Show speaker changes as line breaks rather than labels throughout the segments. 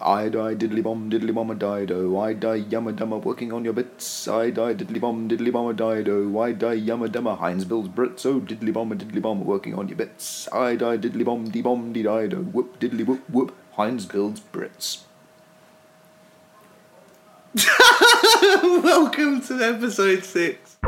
I die diddly bomb diddly bomb a dido. I die yumma dumma working on your bits. I die diddly bomb diddly bomb a dido. I die yumma dumma Heinz Bill's Brits. Oh diddly bomb a diddly bomb working on your bits. I die diddly bomb dee bomb dee dido. Whoop diddly whoop whoop Heinz Bill's Brits.
Welcome to episode six.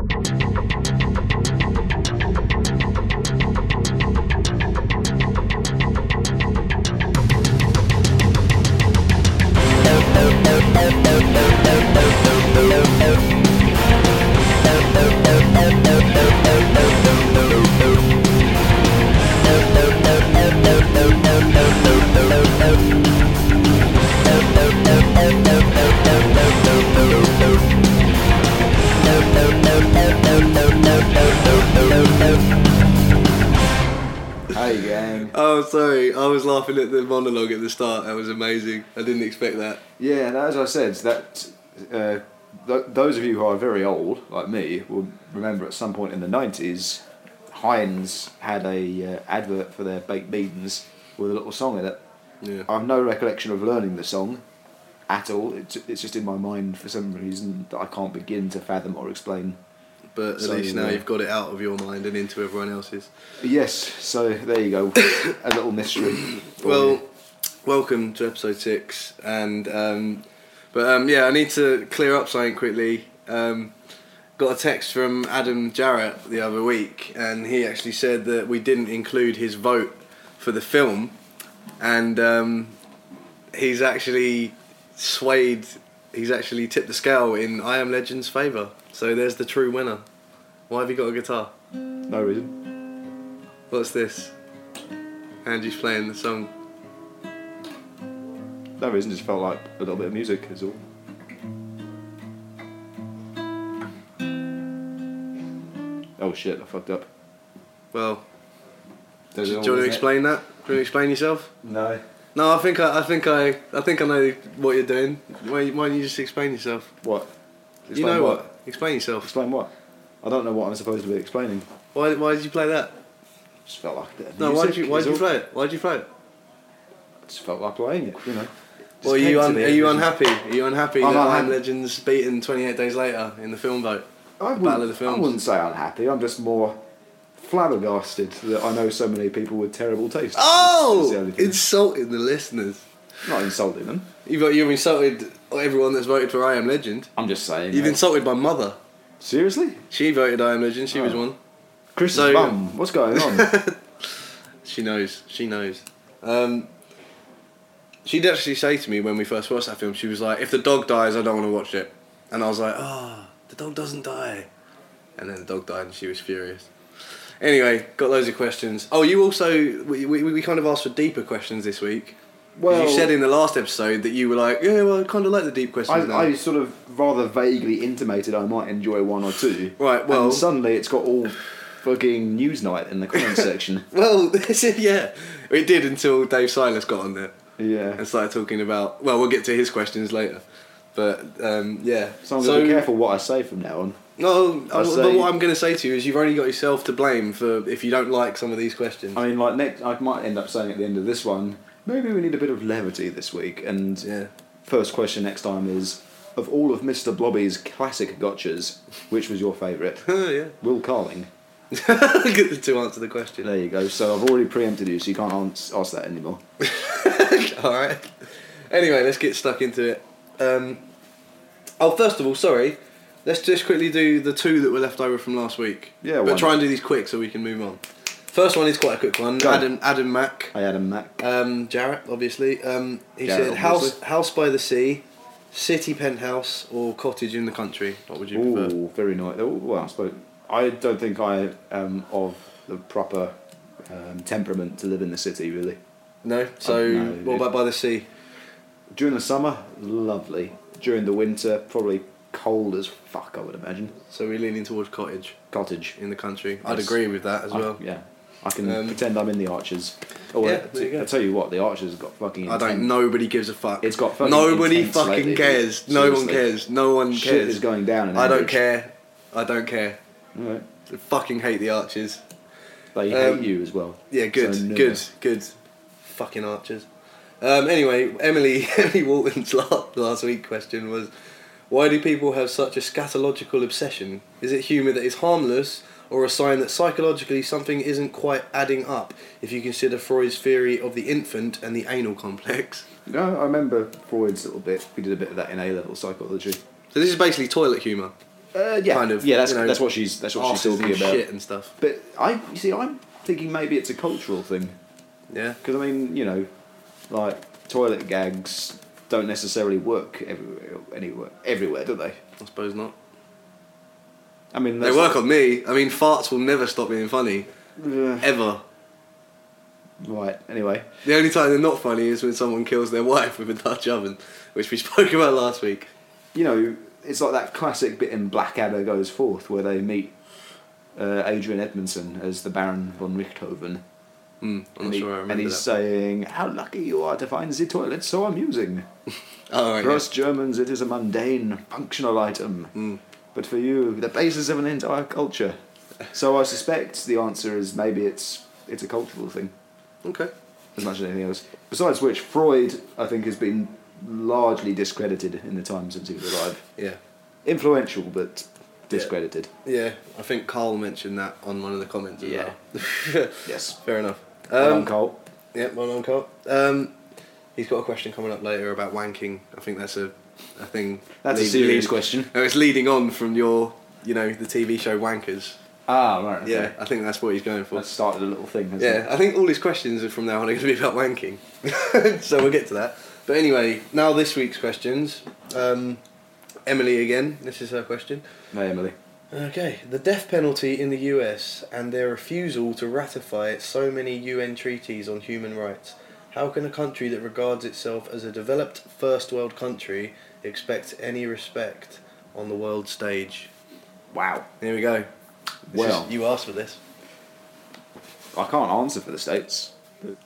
Hey gang.
Oh, sorry, I was laughing at the monologue at the start. That was amazing. I didn't expect that.
Yeah, and as I said, that uh, th- those of you who are very old, like me, will remember at some point in the nineties, Heinz had a uh, advert for their baked beans with a little song in it.
Yeah.
I've no recollection of learning the song at all. It's, it's just in my mind for some reason that I can't begin to fathom or explain.
But at
So,
least now
yeah.
you've got it out of your mind and into everyone else's.
Yes, so there you go, a little mystery. for
Well,
you.
welcome to episode six, and um, but um, yeah, I need to clear up something quickly. Um, got a text from Adam Jarrett the other week, and he actually said that we didn't include his vote for the film, and um, he's actually swayed. He's actually tipped the scale in I Am Legend's favour. So there's the true winner. Why have you got a guitar?
no reason.
What's this? Andy's playing the song.
No reason. Just felt like a little bit of music is all. Oh shit! I fucked up.
Well,
There's
Do you
an
want to
all, isn't it?
explain that? Do you want to explain yourself?
No.
No, I think I, I think I, I think I know what you're doing. Why, why don't you just explain yourself?
What?
you
Explain
know what? Explain yourself.
Explain what? I don't know what I'm supposed to be explaining.
Why, why did you play that?
Just felt like a bit of
No, why did
music
you, why
is
did you
all.
play it? Why did you play it?
Just felt like playing it. You know. Just
Well, are
came
you
to
un,
me
are you
originally.
unhappy? Are you unhappy
I'm
that I Am
unhappy.
Legends beaten 28 days later in the film vote?
I
Battle
wouldn't-
of the Films.
I wouldn't say unhappy. I'm just more flabbergasted that I know so many people with terrible taste. That's the only
Oh,
thing.
insulting the listeners.
not insulting them.
You've you've insulted everyone that's voted for I Am Legend.
I'm just saying.
You've
uh,
insulted my mother.
seriously?
She voted I Am Legend. She was
Oh.
one.
Chris's
So-
mum. What's going on?
She knows. She knows. Um, she'd actually say to me when we first watched that film, she was like, "If the dog dies, I don't want to watch it." And I was like, "Oh, the dog doesn't die." And then the dog died, and she was furious. Anyway, got loads of questions. Oh, you also we, we, we kind of asked for deeper questions this week. 'Cause
well,
you said in the last episode that you were like, "Yeah, well, I kind of like the deep
I,
questions." now."
I sort of rather vaguely intimated I might enjoy one or two.
Right, well-
and suddenly it's got all fucking Newsnight in the comment section.
well, this is- yeah, it did until Dave Silas got on there.
Yeah.
and started talking about. Well, we'll get to his questions later, but um, yeah.
So I'm gonna be careful what I say from now on.
No,
I
I- but
say-
what I'm going to say to you is, you've only got yourself to blame for if you don't like some of these questions.
I mean, like next, I might end up saying at the end of this one, maybe we need a bit of levity this week. And
yeah.
first question next time is, of all of Mr. Blobby's classic gotchas, which was your favourite?
Oh, yeah.
Will Carling.
Good to answer the question.
There you go. So I've already preempted you, so you can't ans- ask that anymore.
all right. Anyway, let's get stuck into it. Um, oh, first of all, sorry. Let's just quickly do the two that were left over from last week.
Yeah, why
But
not?
try and do these quick so we can move on. First one is quite a quick one.
Go.
Adam Adam Mack.
Hey Adam Mack.
Um, Jarrett, obviously. Um, he
Jarrett,
said house
obviously.
house by the sea, city penthouse, or cottage in the country. What would you prefer?
Ooh, very nice. Oh, well, I suppose I don't think I am of the proper um, temperament to live in the city. Really,
No. So
no,
what
it-
about by the sea?
during the summer, lovely. During the winter, probably cold as fuck. I would imagine.
So we're leaning towards cottage
Cottage
in the country. I'd
Yes.
agree with that as
I-
well.
yeah, I can
Um,
pretend I'm in the Archers. Oh,
Yeah,
I-
there you go.
I tell you what, the Archers has got fucking.
I don't.
intense-
Nobody gives a fuck.
It's got fucking
nobody
intense
fucking
lately, dude.
cares. No one
Seriously.
cares. No one
Shit
cares.
is going down. In
I don't
Ambridge.
care. I don't care.
All right.
I fucking hate the arches.
They
Um,
hate you as well.
Yeah, good,
So, no.
good, good. Fucking archers. Um, anyway, Emily Emily Walton's la- last week question was, why do people have such a scatological obsession? Is it humour that is harmless, or a sign that psychologically something isn't quite adding up? If you consider Freud's theory of the infant and the anal complex.
No, I remember Freud's little bit. We did a bit of that in A level psychology.
So this is basically toilet humour.
Uh, yeah,
Kind of,
Yeah, that's
you know,
that's what she's that's what she's
Arses
talking
and
about.
shit and stuff.
But I you see, I'm thinking maybe it's a cultural thing
Yeah.
because I mean, you know, like toilet gags don't necessarily work everywhere, anywhere, everywhere, do they?
I suppose not.
I mean,
They work on me. I mean, farts will never stop being funny,
on.
ever.
uh, right. Anyway,
The only time they're not funny is when someone kills their wife with a Dutch oven, which we spoke about last week.
you know, it's like that classic bit in Blackadder Goes Forth where they meet uh, Adrian Edmondson as the Baron von Richthofen.
Hmm, I'm
and
not
he-
sure I remember
and he's
that.
saying, How lucky you are to find the toilet so amusing.
oh, right,
For us Germans, it is a mundane, functional item.
yeah. Hmm.
But for you, the basis of an entire culture. So I suspect the answer is maybe it's it's a cultural thing
Okay.
as much as anything else. Besides which, Freud, I think, has been largely discredited in the time since he was alive.
Yeah.
Influential, but discredited.
Yeah. I think Carl mentioned that on one of the comments as
Yeah.
well.
Yes.
Fair enough.
Well
Um,
done, Cole.
yeah, well done, Carl. Um, he's got a question coming up later about wanking. I think that's a, a thing.
That's a
lead-
serious
lead-
question.
No, it's leading on from your, you know, the TV show Wankers.
Ah, right. okay.
Yeah, I think that's what he's going for.
That started a little thing, hasn't
Yeah, I think all his questions are from now on are going to be about wanking. so we'll get to that. But anyway, now this week's questions. Um, Emily again, this is her question.
it? Hey, Emily.
Okay, the death penalty in the US and their refusal to ratify so many UN treaties on human rights. How can a country that regards itself as a developed first world country expect any respect on the world stage?
Wow.
Here we go. This
Well.
is- you asked for this.
I can't answer for the states.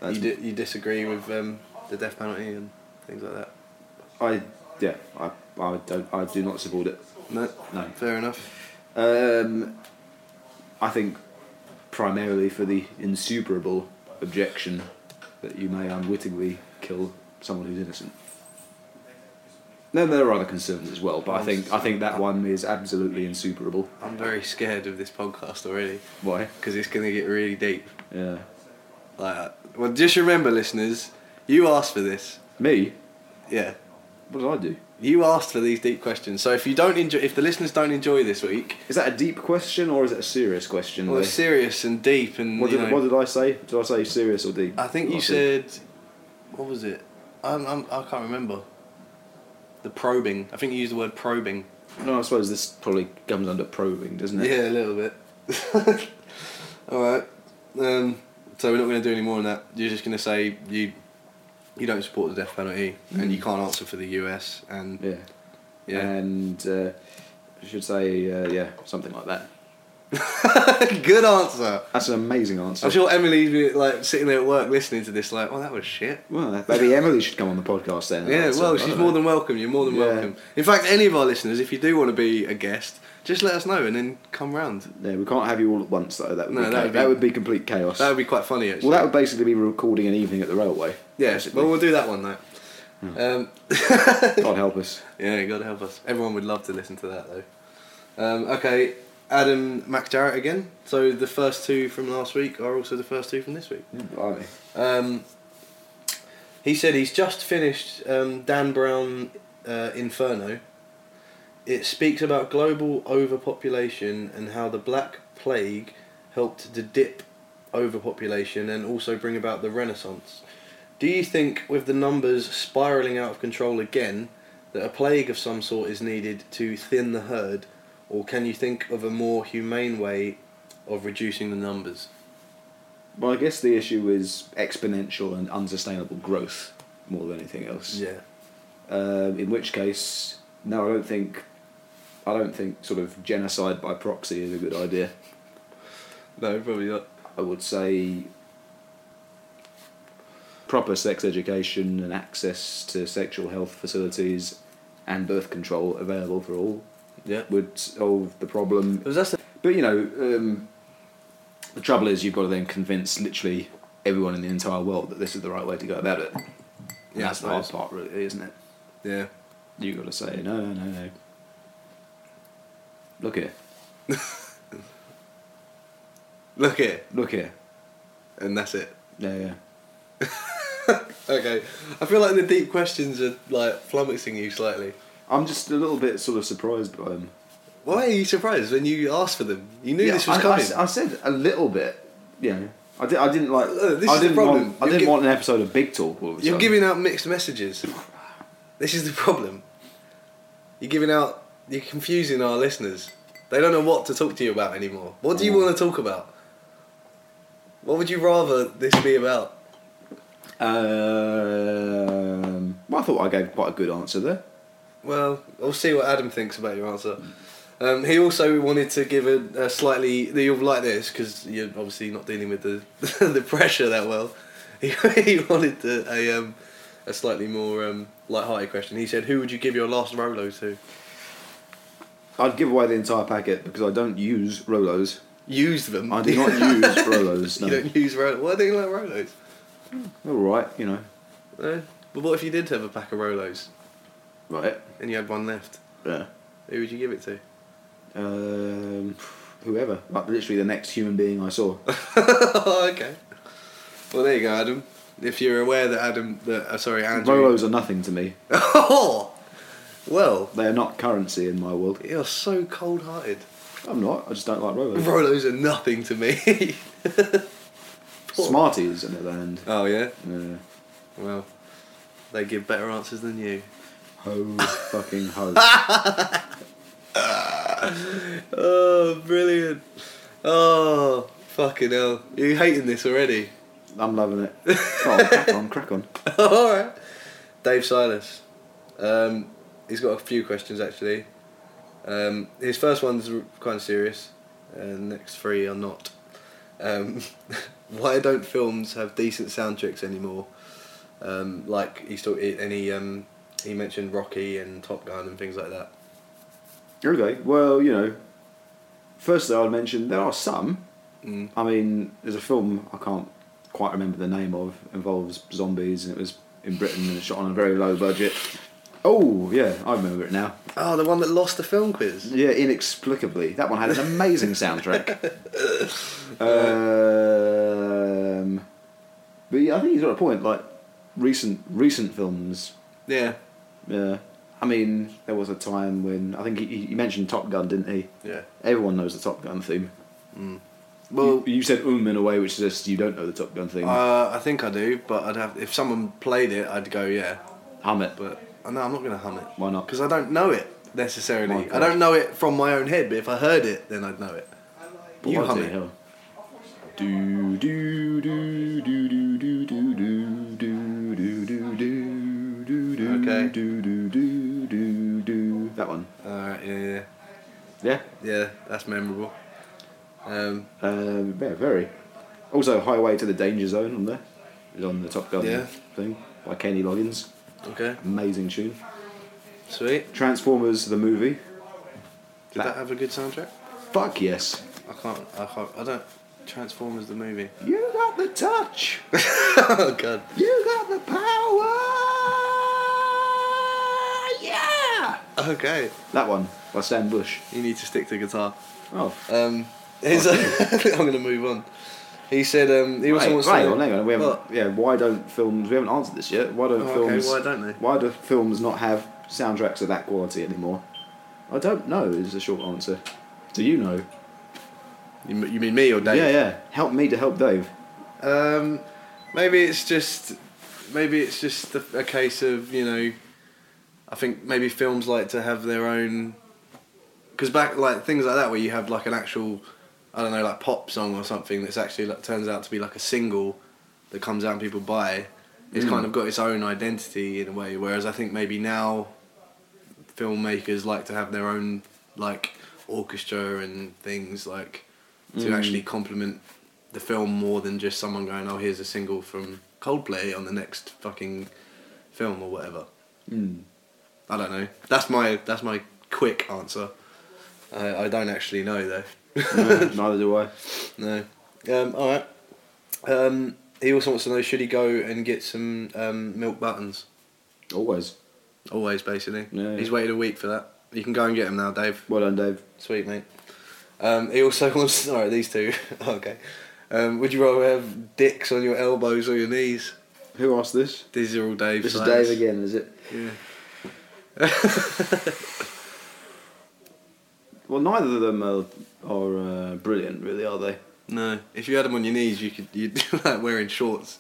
That's-
You, di- you disagree with um, the death penalty and things like that?
I yeah. I I don't. I do not support it.
No,
No.
fair enough.
Um, I think primarily for the insuperable objection that you may unwittingly kill someone who's innocent. No, there are other concerns as well, but I think I think that one is absolutely insuperable.
I'm very scared of this podcast already
Why?
because it's going to get really deep.
Yeah.
Like, uh, well, just remember, listeners, you asked for this.
Me?
Yeah,
What did I do?
you asked for these deep questions. So if you don't enjoy, if the listeners don't enjoy this week,
Is that a deep question or is it a serious question?
well,
though?
it's serious and deep and
what
you
did
know-
what did I say? Did I say serious or deep?
I think you
What I
said, what was it? I'm, I'm, I can't remember. The probing. I think you used the word probing.
No, I suppose this probably comes under probing, doesn't it?
Yeah, a little bit. All right. Um, so we're not going to do any more on that. You're just going to say you you don't support the death penalty and you can't answer for the US and
Mm. Yeah.
yeah.
And uh, I should say, uh, yeah, something like that.
Good answer.
That's an amazing answer.
I'm sure Emily's be, like sitting there at work listening to this like, "Oh, that was shit."
Well, maybe Emily should come on the podcast then. and
Yeah,
answer,
well,
I
she's
don't
more
know.
than welcome. You're more than
Yeah.
welcome. In fact, any of our listeners, if you do want to be a guest, just let us know and then come round.
Yeah, we can't have you all at once though. That would,
No,
be,
that
that,
would
would
be-
be complete chaos.
That would be quite funny, actually.
well, that would basically be recording an evening at the railway.
yeah.
basically.
Well, we'll do that one though.
Hmm.
Um,
God help us.
Yeah, God help us. Everyone would love to listen to that though. Um, okay, Adam McDarrett again. So the first two from last week are also the first two from this week.
Yeah, blimey.
Um, he said he's just finished um, Dan Brown uh, Inferno. It speaks about global overpopulation and how the Black Plague helped to dip overpopulation and also bring about the Renaissance. Do you think, with the numbers spiraling out of control again, that a plague of some sort is needed to thin the herd, or can you think of a more humane way of reducing the numbers?
Well, I guess the issue is exponential and unsustainable growth more than anything else.
Yeah.
Um, in which case, no, I don't think, I don't think sort of genocide by proxy is a good idea.
No, probably not.
I would say proper sex education and access to sexual health facilities and birth control available for all
Yeah.
would solve the problem.
Because that's the
But you know, um, the trouble is you've got to then convince literally everyone in the entire world that this is the right way to go about it. And
Yeah,
that's the
I
hard
suppose.
part, really, isn't it?
Yeah.
You got to say no, no, no, no. Look here,
Look here,
look here.
and that's it.
Yeah, yeah.
Okay. I feel like the deep questions are like flummoxing you slightly.
I'm just a little bit sort of surprised by them.
Why are you surprised when you asked for them? You knew
Yeah,
this was
I, I
coming.
s- I said a little bit. Yeah, I, di- I didn't like.
Look, Uh, this
I
is the
didn't
problem.
want. I
You're
didn't
gi-
want an episode of Big Talk. All of a
You're
sudden.
giving out mixed messages. This is the problem. You're giving out. You're confusing our listeners. They don't know what to talk to you about anymore. What do you
Mm.
want to talk about? What would you rather this be about?
Um, well, I thought I gave quite a good answer there.
Well, we'll see what Adam thinks about your answer. Um, he also wanted to give a, a slightly. You'll like this because you're obviously not dealing with the the pressure that well. He, he wanted to, a um, a slightly more um, light-hearted question. He said, "Who would you give your last Rolo to?"
I'd give away the entire packet because I don't use Rolos.
Use them.
I do not use Rolos.
You
No.
don't use Rolos. Why do you like Rolos?
All right, you know,
No. But what if you did have a pack of Rolos
right?
and you had one left?
Yeah.
Who would you give it to?
Um, whoever, like literally the next human being I saw.
okay. Well, there you go, Adam. If you're aware that Adam, that uh, sorry, Andrew.
Rolos are nothing to me.
Oh, well,
They are not currency in my world.
you're so cold-hearted.
I'm not. I just don't like Rolos.
Rolos are nothing to me.
Smarties on the other hand. Uh,
oh yeah.
Yeah.
Well, they give better answers than you.
Ho fucking ho.
Oh, brilliant. Oh, fucking hell. You hating this already?
I'm loving it. Oh, crack on, crack on.
All right. Dave Silas. Um, he's got a few questions actually. Um, his first one's r- kind of serious. Uh, the next three are not. Um, why don't films have decent soundtracks anymore? Um, like he still and he um, he mentioned Rocky and Top Gun and things like that.
Okay, well, you know, first though I'd mention there are some. I mean, there's a film I can't quite remember the name of, involves zombies, and it was in Britain and it was shot on a very low budget. Oh, yeah, I remember it now.
Oh, the one that lost the film quiz.
Yeah, inexplicably. That one had an amazing soundtrack. um, but yeah, I think he's got a point. Like, recent recent films
Yeah,
Yeah. I mean, there was a time when I think he, he mentioned Top Gun, didn't he?
yeah.
Everyone knows the Top Gun theme.
Well,
you, you said um in a way which suggests you don't know the Top Gun theme.
uh, I think I do, but I'd have if someone played it, I'd go yeah.
Hum it.
But uh, no, I'm not going to hum it.
Why not?
Because I don't know it
My
necessarily.
God.
I don't know it from my own head, but if I heard it, then I'd know it. you hum it.
Do do do do do do do do do do do do do do
Okay.
do do do do do that one.
Alright, yeah, yeah,
Yeah.
yeah. That's memorable. Um,
Um, yeah, very. Also, Highway to the Danger Zone on there is on the Top Gun
Yeah.
thing by Kenny Loggins.
okay,
Amazing tune.
sweet.
Transformers the movie.
Did that have a good soundtrack?
Fuck yes.
I can't. I can't. I don't. Transformers the movie.
You got the touch.
oh God.
You got the power. Yeah.
Okay.
That one by Stan Bush.
You need to stick to guitar.
Oh.
Um, his, I'm going to move on. He said um, he also
Right,
wants
right,
to.
well, hang on. We haven't,
What?
yeah, why don't films? We haven't answered this yet. Why don't
Oh, okay,
films?
why don't they?
Why do films not have soundtracks of that quality anymore? I don't know. Is the short answer. Do you know?
You, m- you mean me or Dave?
Yeah, yeah. Help me to help Dave.
Um, maybe it's just, maybe it's just a, a case of you know, I think maybe films like to have their own, because back like things like that where you have like an actual, I don't know, like pop song or something that's actually like turns out to be like a single, that comes out and people buy. It's
Mm.
kind of got its own identity in a way, whereas I think maybe now, filmmakers like to have their own like orchestra and things like to
Mm.
actually complement the film more than just someone going, "Oh, here's a single from Coldplay on the next fucking film or whatever."
Mm.
I don't know. That's my that's my quick answer. I, I don't actually know though.
No, neither do I.
No. Um, all right. Um, he also wants to know should he go and get some um, milk buttons?
Always.
Always, basically.
Yeah, yeah.
He's waited a week for that. You can go and get him now, Dave.
Well done, Dave.
Sweet mate. Um, he also wants to. Alright, these two. okay. Um, would you rather have dicks on your elbows or your knees?
Who asked this?
These are all Dave's.
This is
ideas.
Dave again, is it?
Yeah.
Well, neither of them are, are uh, brilliant, really, are they?
No, if you had them on your knees, you could you'd like wearing shorts.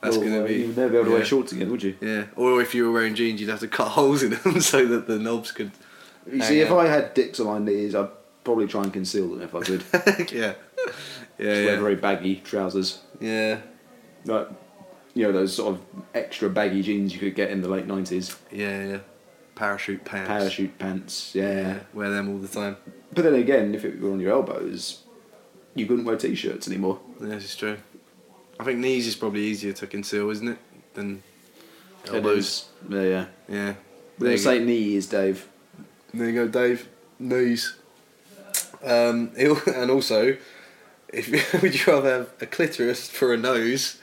That's
Well,
gonna
uh,
be.
You'd never be able to
yeah.
wear shorts again, would you?
Yeah, or if you were wearing jeans, you'd have to cut holes in them so that the knobs could.
You
Hang
see, if
on.
I had dicks on my knees, I'd probably try and conceal them if I could. Just
yeah.
wear
Yeah, yeah.
very baggy trousers.
Yeah.
Like, you know, those sort of extra baggy jeans you could get in the late 90s.
Yeah, yeah. Parachute pants.
Parachute pants, yeah.
Yeah, wear them all the time.
But then again, if it were on your elbows, you couldn't wear t shirts anymore.
Yeah, this is true. I think knees is probably easier to conceal, isn't it, than elbows?
Elbows. Yeah, yeah.
Yeah.
They
you
say knees, Dave.
There you go, Dave. Knees. Um, he'll- and also, if would you rather have a clitoris for a nose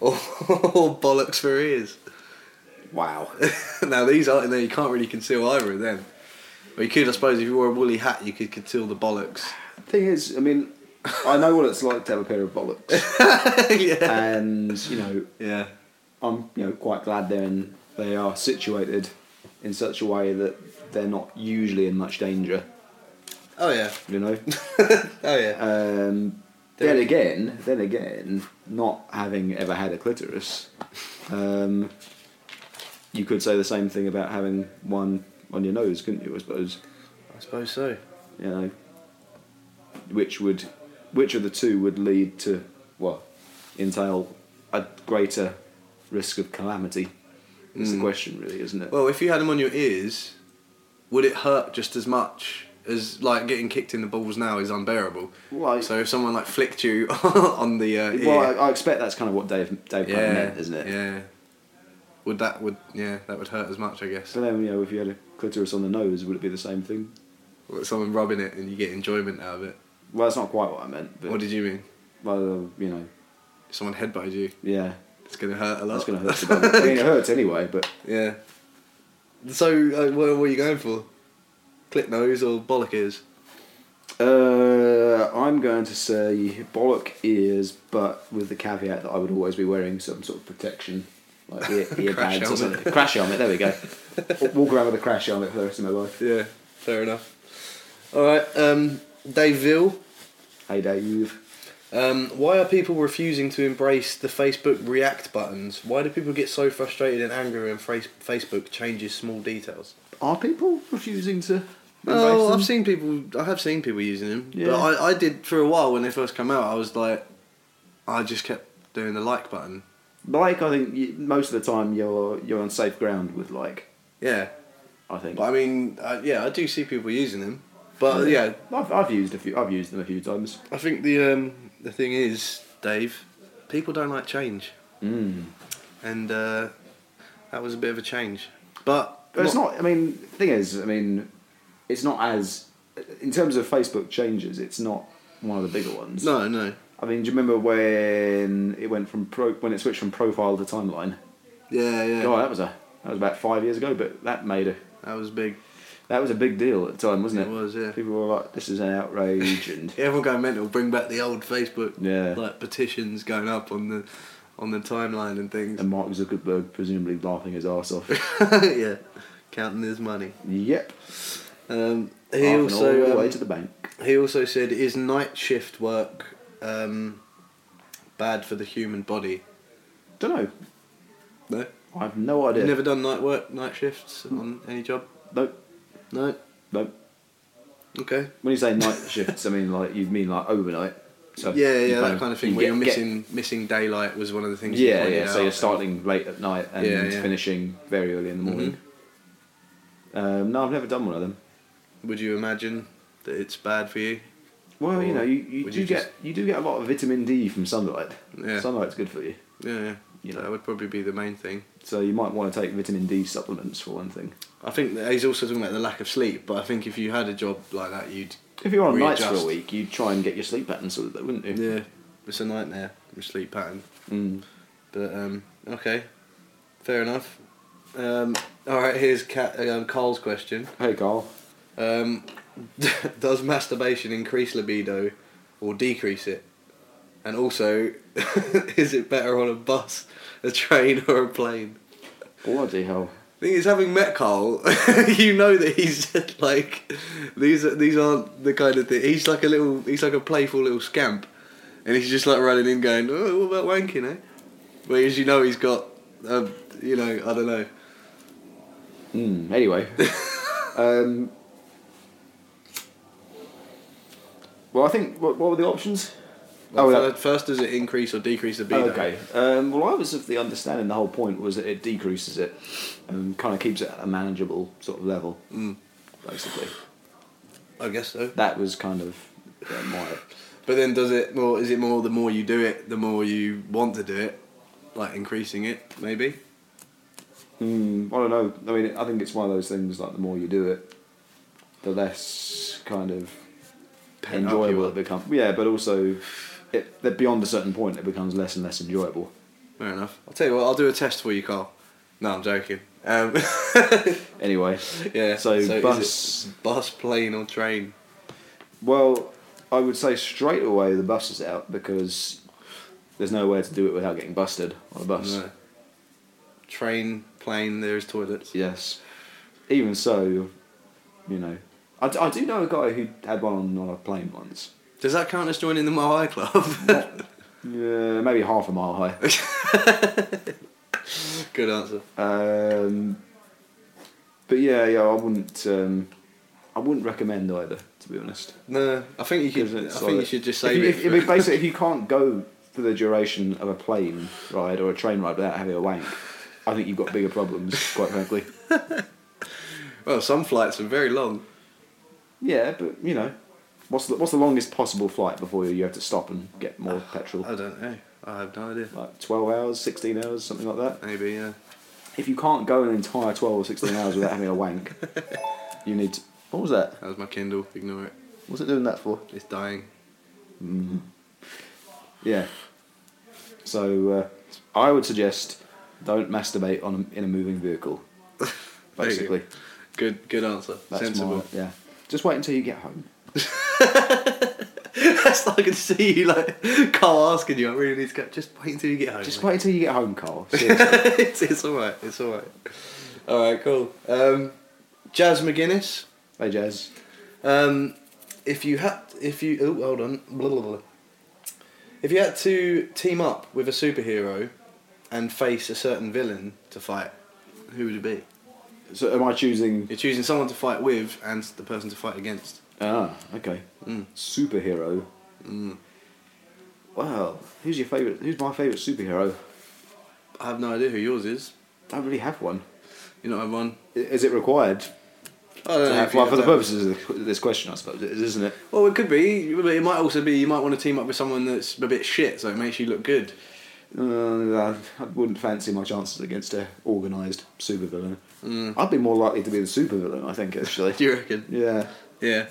or, or bollocks for ears?
Wow.
now these are no, you can't really conceal either of them. But you could, I suppose, if you wore a woolly hat, you could conceal the bollocks.
Thing is, I mean, I know what it's like to have a pair of bollocks,
yeah.
and you know,
Yeah.
I'm you know quite glad they're in, they are situated in such a way that they're not usually in much danger.
Oh yeah.
You know.
Oh yeah.
Um, then again, then again, not having ever had a clitoris, um, you could say the same thing about having one on your nose, couldn't you? I suppose.
I suppose so.
you know, which would, which of the two would lead to, well, entail a greater risk of calamity? Is the question really, isn't it?
Hmm. Well, if you had them on your ears, would it hurt just as much as like getting kicked in the balls now is unbearable?
Well, I-
so if someone like flicked you on the uh, ear,
Well, I, I expect that's kind of what Dave Dave kind
yeah,
of meant, isn't it?
Yeah. Would that would yeah that would hurt as much I guess.
So then, you know, if you had a clitoris on the nose, would it be the same thing?
Or Someone rubbing it and you get enjoyment out of it.
Well, that's not quite what I meant. But
What did you mean?
well, you know,
If someone headbutted you,
yeah,
it's gonna hurt a lot.
that's going to hurt. the bone. I mean, it hurts anyway, but
Yeah. So uh, what, what are you going for? Clip nose or bollock ears?
Uh, I'm going to say bollock ears, but with the caveat that I would always be wearing some sort of protection, like ear, ear
Crash
pads or
helmet.
something. Crash helmet. There we go. Walk around with a crash helmet for the rest of my life.
Yeah. Fair enough. All right. Um, Dave Ville.
Hey Dave.
Um, why are people refusing to embrace the Facebook React buttons? Why do people get so frustrated and angry when face- Facebook changes small details?
Are people refusing to? embrace
Well,
them?
Oh, I've seen people. I have seen people using them.
Yeah.
But I, I did for a while when they first come out. I was like, I just kept doing the like button.
like. I think you, most of the time you're you're on safe ground with like.
Yeah.
I think.
But I mean, I, yeah, I do see people using them. But uh, yeah,
I've, I've used a few. I've used them a few times.
I think the um, the thing is, Dave, people don't like change, Hmm.
Mm.
and uh, that was a bit of a change. But,
But it's not. I mean, the thing is, I mean, it's not as in terms of Facebook changes. It's not one of the bigger ones.
No, no.
I mean, do you remember when it went from pro, when it switched from profile to timeline?
Yeah, yeah.
God, that was a that was about five years ago, but that made a
That was big.
that was a big deal at the time, wasn't it?
It was, yeah.
People were like, "This is an outrage," and
Everyone going mental. Bring back the old Facebook.
Yeah.
Like petitions going up on the on the timeline and things.
and Mark Zuckerberg presumably laughing his ass off.
yeah. Counting his money.
yep.
Um, he
Laughing all the
also
way
um,
to the bank.
he also said is night shift work um, bad for the human body.
Don't know.
No.
I've no idea.
You've never done night work, night shifts on any job?
Nope.
No.
Nope.
Okay.
When you say night shifts, I mean like you mean like overnight. So
yeah,
Uh, you
yeah, that kind of thing
you
where
get-
you're
get-
missing missing daylight was one of the things. he
yeah,
pointed
yeah. So you're
out.
starting late at night and
Yeah, yeah. Mm-hmm.
finishing very early in the morning. Um, no, I've never done one of them.
Would you imagine that it's bad for you?
Well, you
Or
know, you, you
would
do
you
get
just-
you do get a lot of vitamin D from sunlight.
Yeah.
Sunlight's good for you,
Yeah, yeah.
You know.
That would probably be the main thing.
so you might want to take vitamin D supplements for one thing.
I think that he's also talking about the lack of sleep, but I think if you had a job like that, you'd
If you're on nights for a
Readjust.
week, you'd try and get your sleep pattern sorted, though, wouldn't you?
yeah. It's a nightmare, your sleep pattern.
Mm.
But um, okay, fair enough. Um, all right, here's Ca um, Carl's question:
Hey, Carl.
um, Does masturbation increase libido or decrease it? And also, is it better on a bus, a train, or a plane?
Bloody hell.
thing is, having met Carl, you know that he's just like these. are- These aren't the kind of thing. He's like a little. He's like a playful little scamp, and he's just like running in, going, "Oh, what about wanking, eh?" Whereas you know he's got, um, you know, I don't know.
Hmm. Anyway. um. Well, I think what, what were the options? Oh,
Fir-
that-
first, does it increase or decrease the
Oh,
libido?
okay. Um, well, I was of the understanding the whole point was that it decreases it and kind of keeps it at a manageable sort of level,
Mm.
basically.
I guess so.
That was kind of uh, my.
But then, does it more? Is it more? The more you do it, the more you want to do it, like increasing it, maybe.
Mm, I don't know. I mean, I think it's one of those things like the more you do it, the less kind of
Pent up you
enjoyable
are.
it becomes. Yeah, but also, it, that beyond a certain point, it becomes less and less enjoyable.
Fair enough. I'll tell you what. I'll do a test for you, Carl. No, I'm joking. Um,
Anyway,
Yeah.
So
is
bus-
it bus, plane, or train.
well, I would say straight away the bus is out because there's nowhere to do it without getting busted on a bus.
No. Uh, Train, plane. There's toilets.
Yes. Even so, you know, I, d- I do know a guy who had one on, on a plane once.
Does that count as joining the Mile High Club?
Yeah, maybe half a mile high.
Good answer.
Um, but yeah, yeah, I wouldn't. Um, I wouldn't recommend either, to be honest.
No, I think you
Because
could. I
it's
think
like-
you should just
If
save
you,
it.
if,
for-
if, basically, if you can't go for the duration of a plane ride or a train ride without having a wank, I think you've got bigger problems, quite frankly.
well, some flights are very long.
Yeah, but you know, what's the, what's the longest possible flight before you have to stop and get more petrol?
I don't know. I have no idea.
Like twelve hours, sixteen hours, something like that.
Maybe yeah.
If you can't go an entire 12 or 16 hours without having a wank, you need. To, what was that?
That was my Kindle. Ignore it.
What's it doing that for?
It's dying.
Yeah. So uh, I would suggest don't masturbate on a, in a moving vehicle.
There you
Basically,
go. Good. Good answer.
that's
Sensible.
my yeah. Just wait until you get home.
That's like I can see you like Carl asking you. I really need to go. Just wait until you get home.
Just
mate."
wait until you get home, Carl. Seriously.
it's it's all right. It's all right. All right. Cool. Um, Jazz McGuinness.
hey, Jazz.
Um, if you had, if you oh, hold on. Blah, blah, blah. If you had to team up with a superhero and face a certain villain to fight, who would it be?
So am I choosing?
You're choosing someone to fight with and the person to fight against.
Ah, okay.
Mm.
Superhero.
Mm.
Well, who's your favorite? Who's my favorite superhero?
I have no idea who yours is.
I don't really have one.
You know, I have one.
I- Is it required?
I don't
To
know
have-
Uh, if you
well, for the
have that.
purposes of the- this question, I suppose, it is, isn't it?
Well, it could be, but it might also be you might want to team up with someone that's a bit shit, so it makes you look good.
Uh, I wouldn't fancy my chances against a organised supervillain.
Mm.
I'd be more likely to be the supervillain, I think, actually.
Do you reckon?
yeah,
Yeah.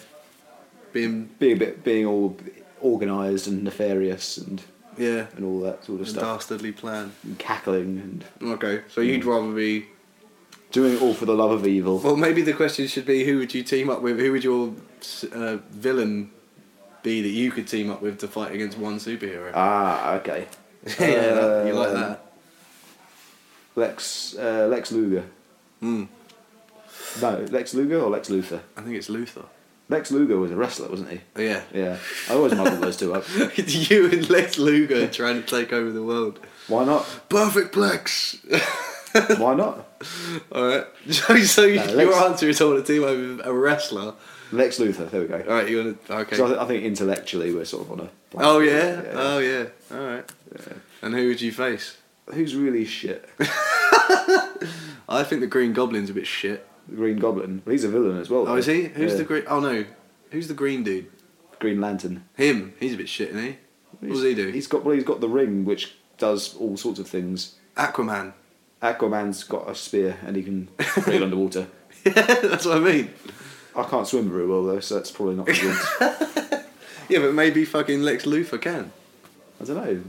Being
being a bit, being all organised and nefarious and
yeah,
and all that sort
a
of stuff,
dastardly plan.
and cackling and
Okay, so you'd rather be.
doing it all for the love of evil.
Well, maybe the question should be who would you team up with? Who would your uh, villain be that you could team up with to fight against one superhero?
Ah, okay.
yeah, that, you like
Um,
that?
Lex uh, Lex Luger.
Mm.
No, Lex Luger or Lex Luthor.
I think it's Luther.
Lex Luger was a wrestler, wasn't he?
Oh, yeah.
Yeah, I always muddle those two up.
It's you and Lex Luger trying to take over the world.
Why not?
Perfect Plex!
Why not?
Alright. So, so you,
No, let's-
your answer is I want to team up with a wrestler.
Lex Luthor. There we go.
Alright, you want to. Okay.
So I, th- I think intellectually we're sort of on a.
oh, yeah? Oh, yeah. Alright. And who would you face?
Who's really shit?
I think the Green Goblin's a bit shit.
The Green Goblin. Well, he's a villain as well.
Oh, is he? Who's
Yeah.
the Green. Oh, no. Who's the Green dude?
Green Lantern?
Him. He's a bit shit, isn't he? What does he do?
He's got well, he's got the ring which does all sorts of things.
Aquaman.
Aquaman's got a spear and he can breathe underwater.
That's what I mean.
I can't swim very well though, so that's probably not good.
Yeah, but maybe fucking Lex Luthor can.
I don't know.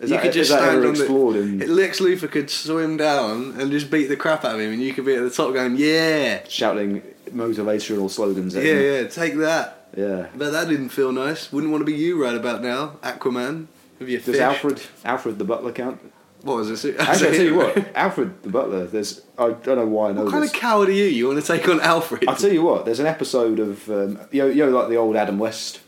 Is
you
that,
could just
is that
stand
ever
on
explored
the.
in
Lex Luthor could swim down and just beat the crap out of him, and you could be at the top going, "Yeah,
shouting motivational slogans?
yeah,
At him?
yeah, take that."
yeah.
But that didn't feel nice. Wouldn't want to be you right about now, Aquaman. With your
Does
fish.
Alfred Alfred the butler count?
What was this?
Actually, I tell you what, Alfred the butler. There's I don't know why I know
What kind
this.
of coward are you? You want to take on Alfred?
I'll tell you what. There's an episode of um, you, know, you know, like the old Adam West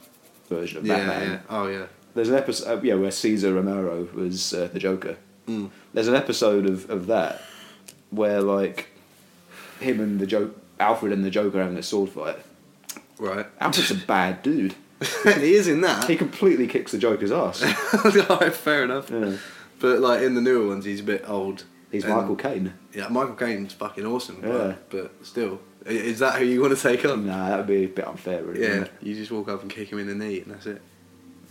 version of
yeah,
Batman.
yeah. Oh yeah.
There's an episode, uh, yeah, where Caesar Romero was uh, the Joker. Mm. There's an episode of, of that where like him and the Joker, Alfred and the Joker having a sword fight.
Right.
Alfred's a bad dude.
he is in that.
He completely kicks the Joker's ass.
Alright, fair enough.
Yeah.
But like in the newer ones, he's a bit old.
He's
And-
Michael Caine.
Yeah, Michael Caine's fucking awesome.
Yeah. Mm.
But, but still, i- is that who you want to take on?
Nah, that would be a bit unfair, really.
Yeah,
wouldn't
you just walk up and kick him in the knee, and that's it.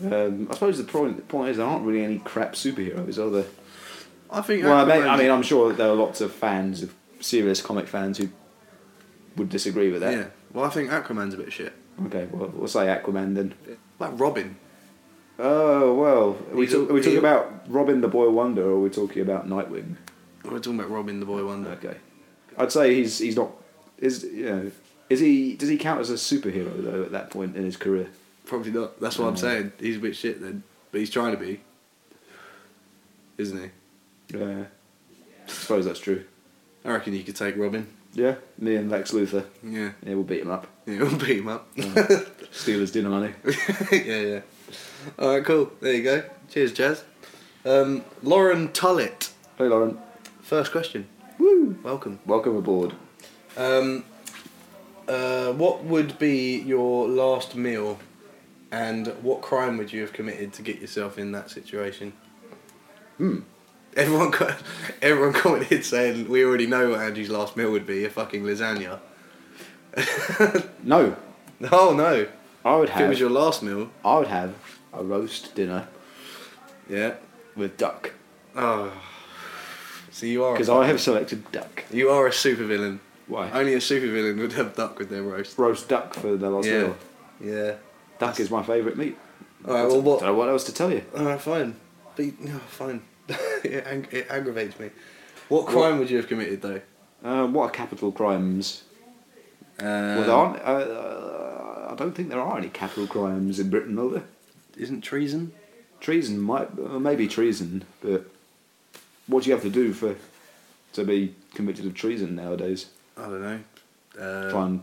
it? Um, I suppose the point, the point is there aren't really any crap superheroes, are there?
I think.
Well, I mean,
Aquaman's-
I mean, I'm sure that there are lots of fans of serious comic fans who would disagree with that.
yeah. Well, I think Aquaman's a bit shit.
Okay, well, we'll say Aquaman then.
Like Robin.
Oh well, are we,
He's a-
talk, are we talking
he-
about Robin the Boy Wonder, or are we talking about Nightwing?
We're talking about Robin, the boy wonder.
Okay, I'd say he's he's not is you know is he does he count as a superhero though at that point in his career?
Probably not. That's
Mm.
what I'm saying. He's a bit shit then, but he's trying to be, isn't he?
Yeah, Uh, I suppose that's true.
I reckon you could take Robin.
Yeah, me and Lex Luthor,
Yeah,
yeah, we'll beat him up,
yeah we'll beat him up.
steal his dinner money.
yeah, yeah. All right, cool. There you go. Cheers, Jazz. Um, Lauren Tullett.
Hey Lauren,
First question.
woo,
Welcome.
welcome aboard.
Um, uh, what would be your last meal, and what crime would you have committed to get yourself in that situation? Hmm. Everyone, co- everyone commented saying we already know what Andrew's last meal would be—a fucking lasagna.
No,
Oh no!
I would
If it
have
was your last meal,
I would have a roast dinner
yeah.
with duck
Oh, so you are a
because I have selected duck.
You are a supervillain.
Why?
Only a supervillain would have duck with their roast.
roast duck for the last
Yeah.
meal.
Yeah.
Duck is my favourite meat.
All right. Well, what?
Don't know what else to tell you.
All right. Fine. Be, no, fine. it, ang- it aggravates me. What crime would you have committed though?
Uh, what are capital crimes? well,
Um,
there aren't. Uh, uh, I don't think there are any capital crimes in Britain, are there?
isn't treason?
Treason might, uh, maybe treason, but what do you have to do for to be convicted of treason nowadays?
I don't know. Uh,
try and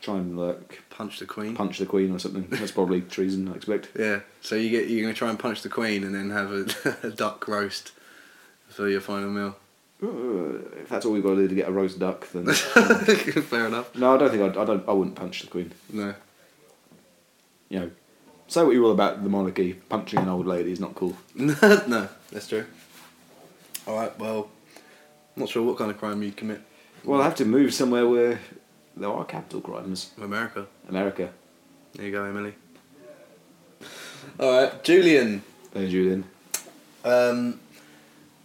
try and like
Punch the queen.
punch the queen or something. That's probably treason, I expect.
Yeah. So you get you're gonna try and punch the queen and then have a, a duck roast for your final meal.
Uh, if that's all we've got to do to get a roast duck, then
Fair enough.
no, I don't think I'd, I don't. I wouldn't punch the queen.
No.
you know, say what you will about the monarchy, punching an old lady is not cool.
no. That's true. All right. Well, not sure what kind of crime you'd commit.
Well, I have to move somewhere where there are capital crimes.
America.
America.
There you go, Emily. All right, Julian.
Hey, Julian.
Um,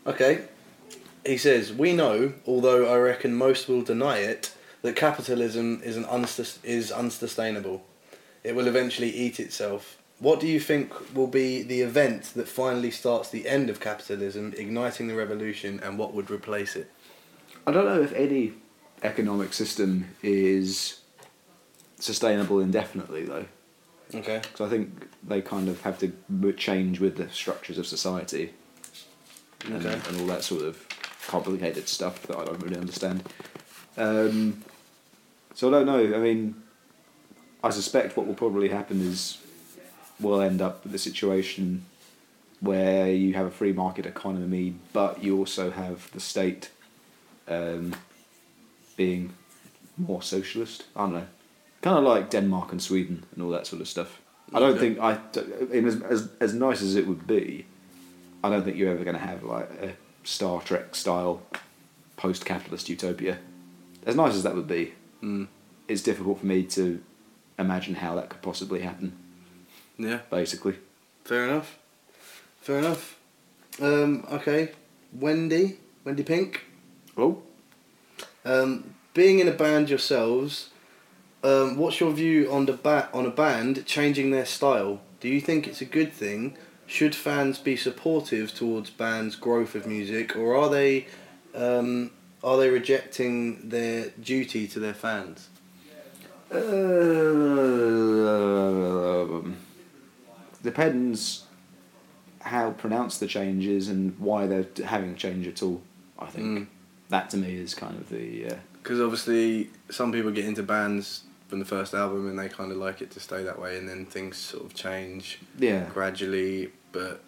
okay. He says, "We know, although I reckon most will deny it, that capitalism is an unsus- is unsustainable. It will eventually eat itself. What do you think will be the event that finally starts the end of capitalism, igniting the revolution, and what would replace it?"
I don't know if any economic system is sustainable indefinitely, though,
Okay.
because I think they kind of have to mo- change with the structures of society and,
Okay.
and all that sort of complicated stuff that I don't really understand. Um, so I don't know. I mean, I suspect what will probably happen is we'll end up with a situation where you have a free market economy, but you also have the state um, being more socialist. I don't know, kind of like Denmark and Sweden and all that sort of stuff. I don't
Okay.
think I, in as, as as nice as it would be, I don't think you're ever going to have like a Star Trek style post-capitalist utopia. As nice as that would be,
Mm.
it's difficult for me to imagine how that could possibly happen.
Yeah.
Basically,
Fair enough. Fair enough. Um, okay. Wendy. Wendy Pink.
oh,
Um, being in a band yourselves, um, what's your view on the ba- on a band changing their style? Do you think it's a good thing, Should fans be supportive towards bands' growth of music, or are they um, are they rejecting their duty to their fans?
Uh, depends how pronounced the change is and why they're having the change at all. I think
Mm.
that to me is kind of the uh,
Because obviously, some people get into bands from the first album and they kind of like it to stay that way, and then things sort of change
yeah
gradually. But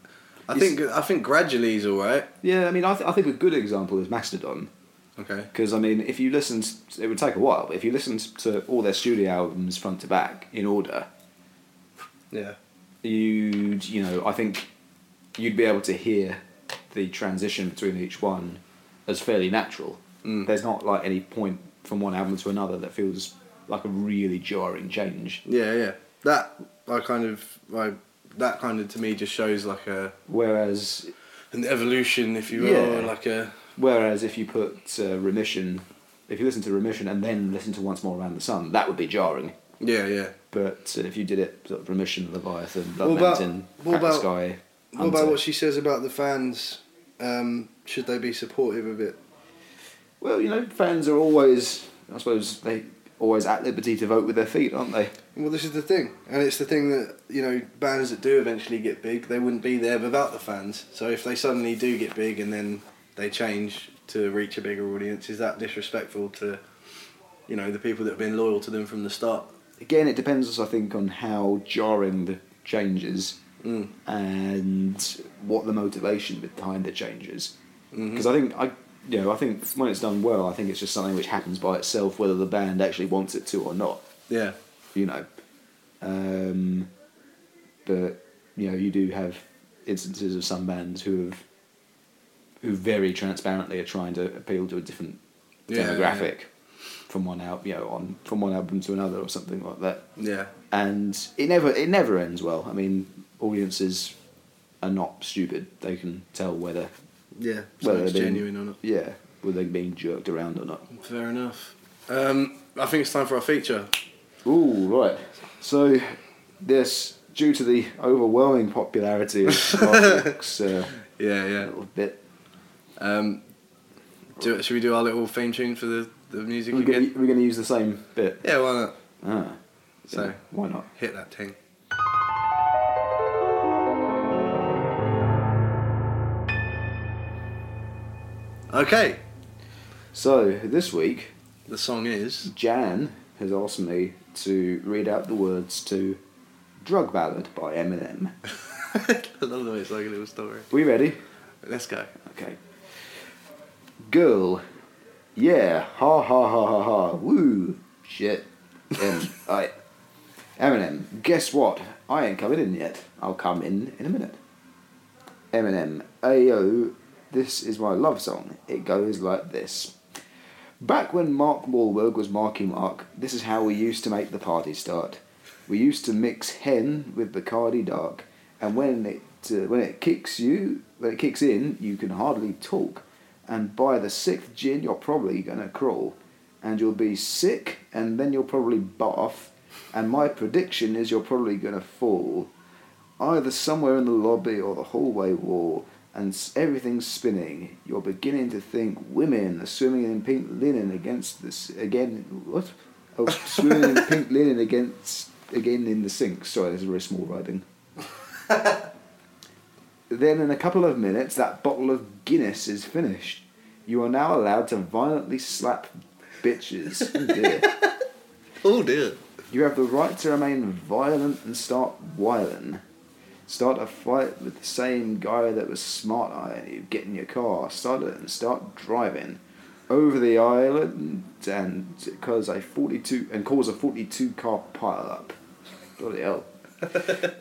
I
Is-
think I think gradually is all right.
yeah. I mean, I, th- I think a good example is Mastodon
Okay.
because I mean, if you listen, it would take a while, but if you listen to all their studio albums front to back in order,
Yeah.
you'd you know I think you'd be able to hear the transition between each one as fairly natural.
Mm.
There's not like any point from one album to another that feels like a really jarring change.
Yeah, yeah. That I kind of I that kind of to me just shows like a
Whereas
an evolution, if you will, or
Yeah.
like a
whereas if you put uh, remission, if you listen to remission and then listen to once more around the sun, that would be jarring.
yeah, yeah.
But uh, if you did it sort of remission, Leviathan, Blood
What about-
Mountain,
what
Crack the
about-
Sky,
What about
Hunter.
what she says about the fans? Um, should they be supportive of it?
well, you know, fans are always, I suppose, they always at liberty to vote with their feet, aren't they?
Well, this is the thing, and it's the thing that you know bands that do eventually get big, they wouldn't be there without the fans. So if they suddenly do get big and then they change to reach a bigger audience, is that disrespectful to you know the people that have been loyal to them from the start?
again, it depends, I think, on how jarring the change is
Mm.
and what the motivation behind the change is.
Mm-hmm.
Because I think I, you know, I think when it's done well, I think it's just something which happens by itself, whether the band actually wants it to or not.
Yeah,
You know, um, but you know, you do have instances of some bands who have who very transparently are trying to appeal to a different
Yeah, yeah, yeah.
demographic from one out, you know, on from one album to another or something like that
yeah.
and it never it never ends well. I mean, audiences are not stupid; they can tell whether
Yeah, so
whether
it's
they're being-
genuine or not.
Yeah, whether they're being jerked around or not.
Fair enough. Um, I think it's time for our feature.
Ooh, right. So, this due to the overwhelming popularity of last week's uh,
Yeah, yeah.
little bit.
Um, do, should we do our little theme tune for the, the music
We're going
again?
to use the same bit.
Yeah, why not?
Ah,
So-
yeah, why not?
Hit that thing. Okay,
So this week,
the song is
Jan has asked me to read out the words to "Drug Ballad" by Eminem.
I love the way it's like a little story.
We ready?
Let's go.
Okay. Girl. Yeah. Ha ha ha ha ha. Woo. Shit. M. I. Eminem. Guess what? I ain't coming in yet. I'll come in in a minute. Eminem. Ayo. This is my love song. It goes like this. Back when Mark Wahlberg was Marky Mark, this is how we used to make the party start. We used to mix hen with Bacardi Dark, and when it uh, when it kicks you, when it kicks in, you can hardly talk, and by the sixth gin, you're probably gonna crawl, and you'll be sick, and then you'll probably barf, and my prediction is you're probably gonna fall, either somewhere in the lobby or the hallway wall, and s- everything's spinning. You're beginning to think women are swimming in pink linen against this again. What? Oh, swimming in pink linen against again in the sink. Sorry, there's a very small writing. then in a couple of minutes, that bottle of Guinness is finished. You are now allowed to violently slap bitches. Oh, dear.
Oh dear.
You have the right to remain violent and start whiling. Start a fight with the same guy that was smart eyeing you. Get in your car, start it, and start driving over the island and cause a forty-two and cause a forty-two car pileup. Bloody hell!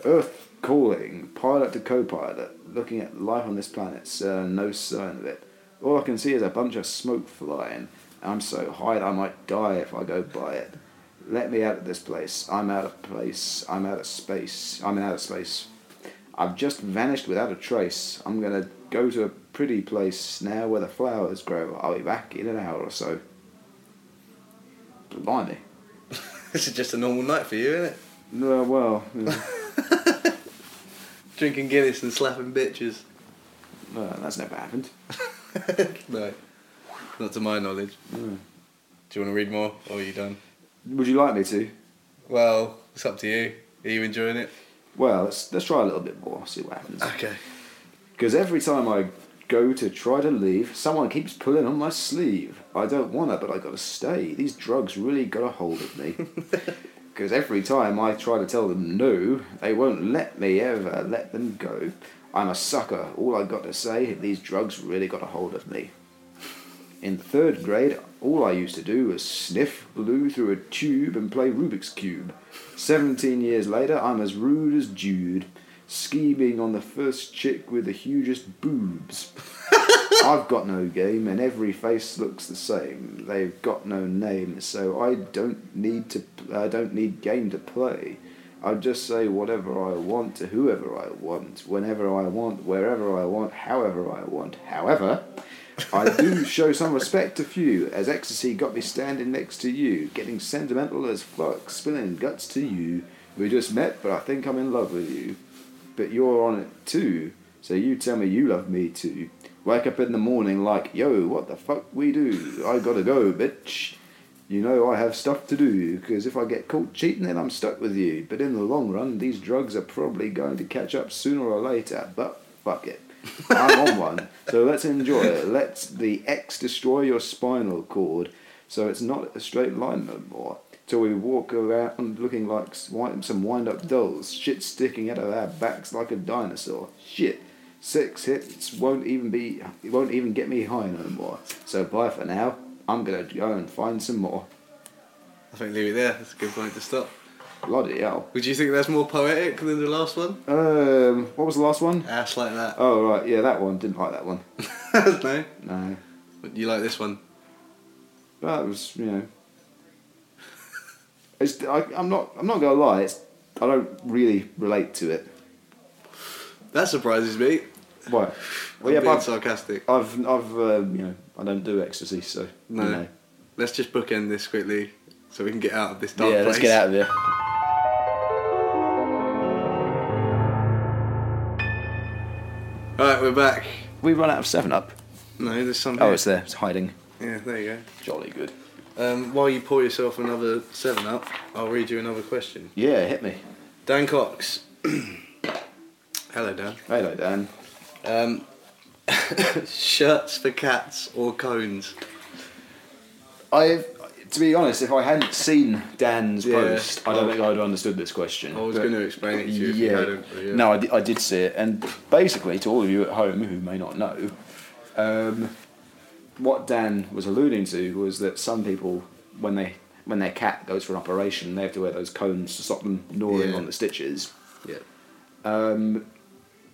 Earth calling, pilot to co-pilot, looking at life on this planet. Sir, no sign of it. All I can see is a bunch of smoke flying. I'm so high that I might die if I go by it. Let me out of this place. I'm out of place. I'm out of space. I'm out of space. I've just vanished without a trace. I'm gonna go to a pretty place now where the flowers grow. I'll be back in an hour or so. Blimey. Uh,
This is just a normal night for you, isn't it?
No, well, yeah.
drinking Guinness and slapping bitches.
Uh, that's never happened.
no, not to my knowledge.
Hmm.
Do you want to read more, or are you done?
Would you like me to?
Well, it's up to you. Are you enjoying it?
Well, let's let's try a little bit more. See what happens.
Okay.
Because every time I go to try to leave, someone keeps pulling on my sleeve. I don't want to, but I gotta stay. These drugs really got a hold of me. Because every time I try to tell them no, they won't let me ever let them go. I'm a sucker. All I got to say, these drugs really got a hold of me. In third grade, all I used to do was sniff glue through a tube and play Rubik's Cube. Seventeen years later, I'm as rude as Jude, scheming on the first chick with the hugest boobs. I've got no game, and every face looks the same. They've got no name, so I don't need to. I don't need game to play. I just say whatever I want to whoever I want, whenever I want, wherever I want, however I want. However, I do show some respect to few, as ecstasy got me standing next to you, getting sentimental as fuck, spilling guts to you. We just met, but I think I'm in love with you. But you're on it too, so you tell me you love me too. Wake up in the morning like, yo, what the fuck we do? I gotta go, bitch. You know I have stuff to do, because if I get caught cheating, then I'm stuck with you. But in the long run, these drugs are probably going to catch up sooner or later, but fuck it. I'm on one. So let's enjoy it. Let the X destroy your spinal cord so it's not a straight line no more. Till we walk around looking like s- wi- some wind up dolls, shit sticking out of our backs like a dinosaur. Shit. Six hits won't even be it won't even get me high no more. So bye for now. I'm gonna go and find some more.
I think leave it there. That's a good point to stop.
Bloody hell.
Would you think that's more poetic than the last one?
Um what was the last one?
Ass like that.
Oh right, yeah that one. Didn't like that one. Oh.
no.
No.
But you like this one?
That was you know. It's I, I'm not I'm not gonna lie. It's I don't really relate to it.
That surprises me.
Why? Well,
I'm
Oh, yeah,
being
but
sarcastic.
I've I've, I've uh, you know I don't do ecstasy, so you
No.
know.
Let's just bookend this quickly, so we can get out of this dark
yeah,
place.
let's get out of here.
All right, we're back.
We run out of Seven Up.
No, there's something.
Oh, it's there. It's hiding.
Yeah, there you
Jolly good.
go. Um, while you pour yourself another seven up, I'll read you another question.
Yeah, hit me.
Dan Cox. Hello, Dan.
Hello, Dan.
Um, shirts for cats or cones?
I've to be honest, if I hadn't seen Dan's
Yeah. Oh.
post, I don't think I'd have understood this question.
I was
But-
going to explain it to you if you hadn't. but yeah.
No, I di- I did see it, and basically, to all of you at home who may not know, um, what Dan was alluding to was that some people, when they when their cat goes for an operation, they have to wear those cones to stop them gnawing
Yeah.
on the stitches.
Yeah.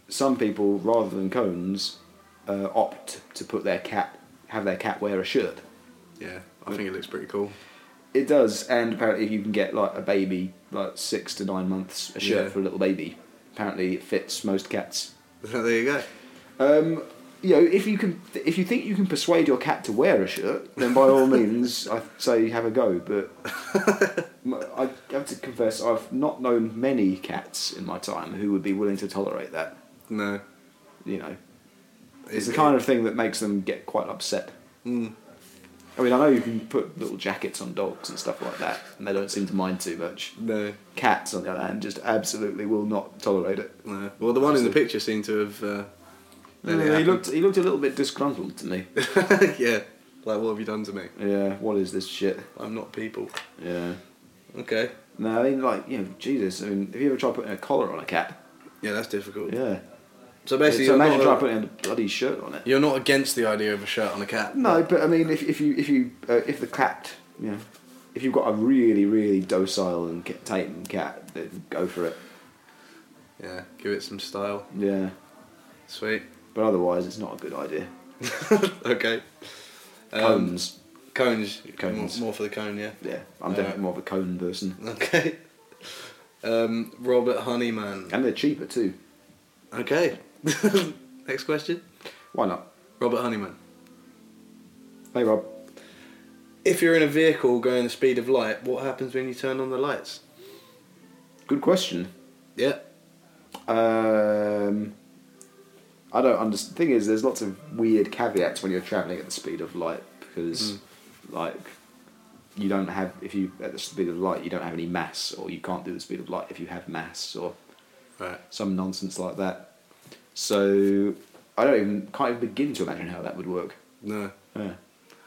Some people, rather than cones, uh, opt to put their cat have their cat wear a shirt.
Yeah. I think it looks pretty cool.
It does, and apparently you can get like a baby, like six to nine months, a shirt
Yeah.
for a little baby. Apparently, it fits most cats.
there you go.
Um, you know, if you can, if you think you can persuade your cat to wear a shirt, then by all means, I say have a go. But m- I have to confess, I've not known many cats in my time who would be willing to tolerate that.
No.
You know, it's the kind of thing that makes them get quite upset.
Mm.
I mean, I know you can put little jackets on dogs and stuff like that, and they don't seem to mind too much.
No.
Cats, on the other hand, just absolutely will not tolerate it.
No. Well, the one in the picture seemed to have. Uh, let it
he
happen.
looked, he looked a little bit disgruntled to me.
yeah. Like, what have you done to me?
yeah, what is this shit?
I'm not people.
Yeah.
Okay.
No, I mean, like, you know, Jesus, I mean, have you ever tried putting a collar on a cat?
Yeah, that's difficult.
Yeah.
So basically,
so
you're,
imagine trying
not,
putting a bloody shirt on it.
you're not against the idea of a shirt on a cat.
No, but I mean, if, if you, if you, uh, if the cat, you know, if you've got a really, really docile and ca- tame cat, then go for it.
Yeah. Give it some style.
Yeah.
Sweet.
But otherwise, it's not a good idea.
okay. Um,
Cones.
cones.
Cones.
More, more for the cone, yeah.
yeah, I'm
uh,
definitely more of a cone person.
Okay. Um, Robert Honeyman.
And they're cheaper too.
Okay. Next question.
Why not?
Robert Honeyman.
Hey, Rob.
If you're in a vehicle going the speed of light, what happens when you turn on the lights?
Good question.
Yeah.
Um, I don't understand. Thing is, there's lots of weird caveats when you're traveling at the speed of light because,
Hmm.
like, you don't have if you at the speed of light you don't have any mass, or you can't do the speed of light if you have mass, or
Right.
some nonsense like that. So I don't even can't even begin to imagine how that would work.
No.
Yeah.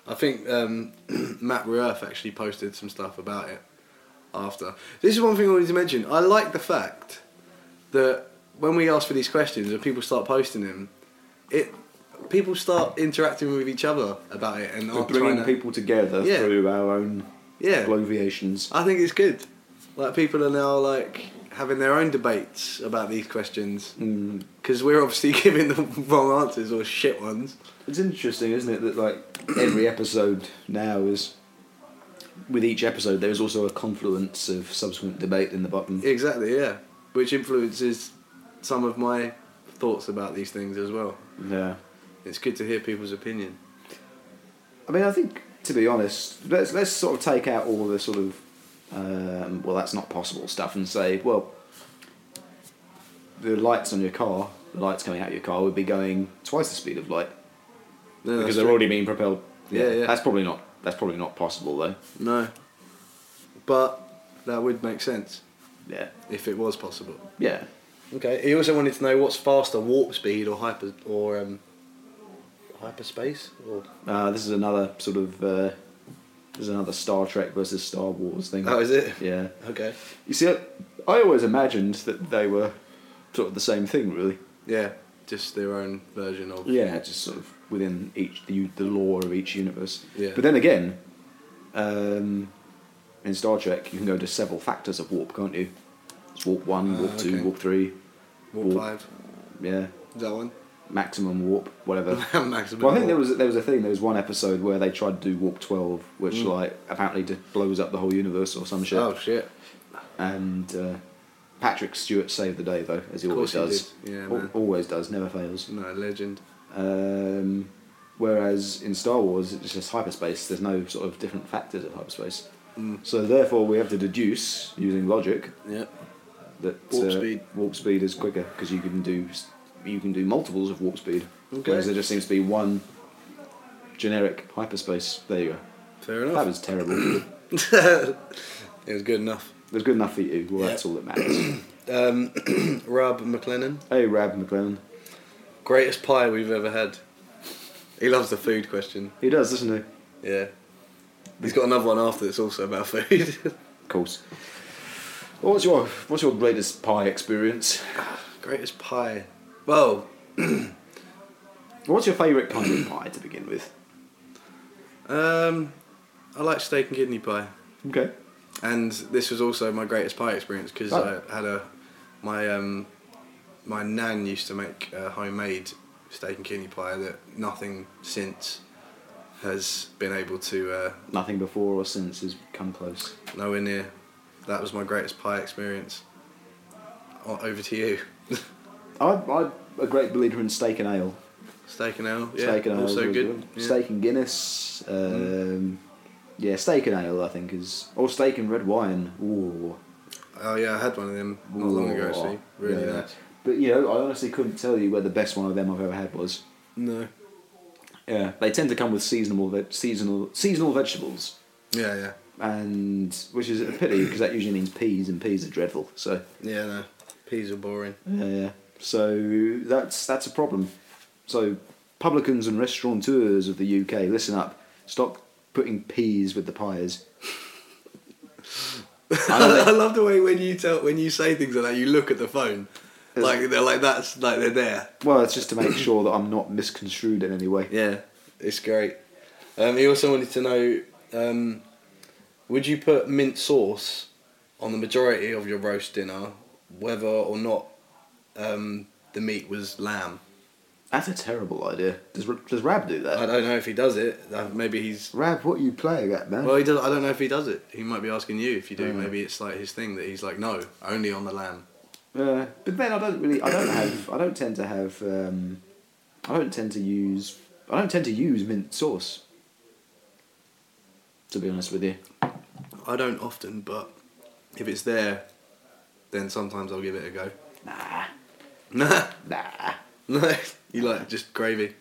I think um, Matt Rueff actually posted some stuff about it after. This is one thing I wanted to mention. I like the fact that when we ask for these questions and people start posting them, it people start interacting with each other about it and
We're
aren't trying
bringing
to,
people together
Yeah.
through our own
Yeah,
bloviations.
I think it's good. Like people are now like having their own debates about these questions
Mm.
because we're obviously giving the wrong answers or shit ones.
It's interesting, isn't it, that like every episode now is. With each episode, there is also a confluence of subsequent debate in the bottom.
Exactly, yeah. Which influences some of my thoughts about these things as well.
Yeah.
It's good to hear people's opinion.
I mean, I think to be honest, let's let's sort of take out all the sort of um, well, that's not possible stuff, and say, well, the lights on your car, the lights coming out of your car, would be going twice the speed of light
No,
because
that's
they're
true.
already being propelled.
Yeah, yeah.
That's probably not. That's probably not possible though.
No. But that would make sense
Yeah.
if it was possible.
Yeah.
Okay. He also wanted to know what's faster, warp speed or hyper or um, hyperspace or
Uh, this is another sort of. Uh, this is another Star Trek versus Star Wars thing.
Oh, is it?
Yeah.
Okay.
You see, I, I always imagined that they were sort of the same thing, really.
Yeah, just their own version of
Yeah, just sort of within each the, the lore of each universe.
Yeah.
But then again, um, in Star Trek, you can go to several factors of warp, can't you? It's warp one,
Ah,
warp two,
okay.
warp three.
warp,
Warp.
five.
Yeah,
Is that one?
maximum warp, whatever.
Maximum.
well, I think
warp.
there was there was a thing. There was one episode where they tried to do warp twelve, which
Mm.
like apparently just blows up the whole universe or some shit.
Oh shit!
And uh, Patrick Stewart saved the day though, as he
Of
always
course he
does.
did. Yeah,
Al-
man.
always does, never fails.
No legend.
Um, whereas in Star Wars, it's just hyperspace. There's no sort of different factors of hyperspace.
Mm.
So therefore, we have to deduce using logic
Yeah.
that uh,
Warp speed.
warp speed is quicker because you can do s- you can do multiples of warp speed.
Okay.
Whereas there just seems to be one generic hyperspace. There you go.
Fair
That
enough.
was terrible.
it was good enough.
it was good enough for you. Well, that's all that matters.
Um, Rob McLennan,
hey, Rab McLennan.
greatest pie we've ever had. He loves the food question.
He does, doesn't he? Of
Yeah. He's got another one after that's also about food.
course. Well, what's your what's your greatest pie experience?
greatest pie. Well,
What's your favourite kind of pie to begin with?
um, I like steak and kidney pie.
Okay.
and this was also my greatest pie experience because
Oh.
I had a my um my nan used to make a homemade steak and kidney pie that nothing since has been able to uh,
Nothing before or since has come close.
nowhere near. That was my greatest pie experience. O- Over to you,
I, I'm a great believer in steak and ale.
steak and ale. Yeah,
steak and ale is
also
really
good. Yeah. Mm.
Steak and Guinness. Um, Yeah, steak and ale, I think, is. Or steak and red wine. Ooh.
Oh yeah, I had one of them not long ago
Ooh.
actually. Really
Yeah.
nice.
But, you know, I honestly couldn't tell you where the best one of them I've ever had was.
No.
Yeah. They tend to come with seasonal, ve- seasonal, seasonal vegetables.
Yeah, yeah,
And which is a pity because that usually means peas, and peas are dreadful. So
yeah. No, peas are boring.
Yeah, yeah. So that's that's a problem. So publicans and restaurateurs of the UK, listen up. Stop putting peas with the pies. I know
I
that-
love the way when you tell when you say things like that, you look at the phone,
Is-
like they're like that's like they're there.
well, it's just to make sure that I'm not misconstrued in any way.
Yeah, it's great. Um, he also wanted to know, um, would you put mint sauce on the majority of your roast dinner, whether or not um, the meat was lamb?
That's a terrible idea. Does does Rab do
I
that?
don't know if he does it. Uh, Maybe he's.
Rab, what are you playing at, man?
Well, he does. I don't know if he does it. He might be asking you if you do.
Mm.
Maybe it's like his thing that he's like, no, only on the lamb.
Yeah, Uh, but then I don't really. I don't have. I don't tend to have. Um, I don't tend to use. I don't tend to use mint sauce. To be honest with you.
I don't often, but if it's there, then sometimes I'll give it a go.
Nah.
Nah,
Nah.
no, you like just gravy.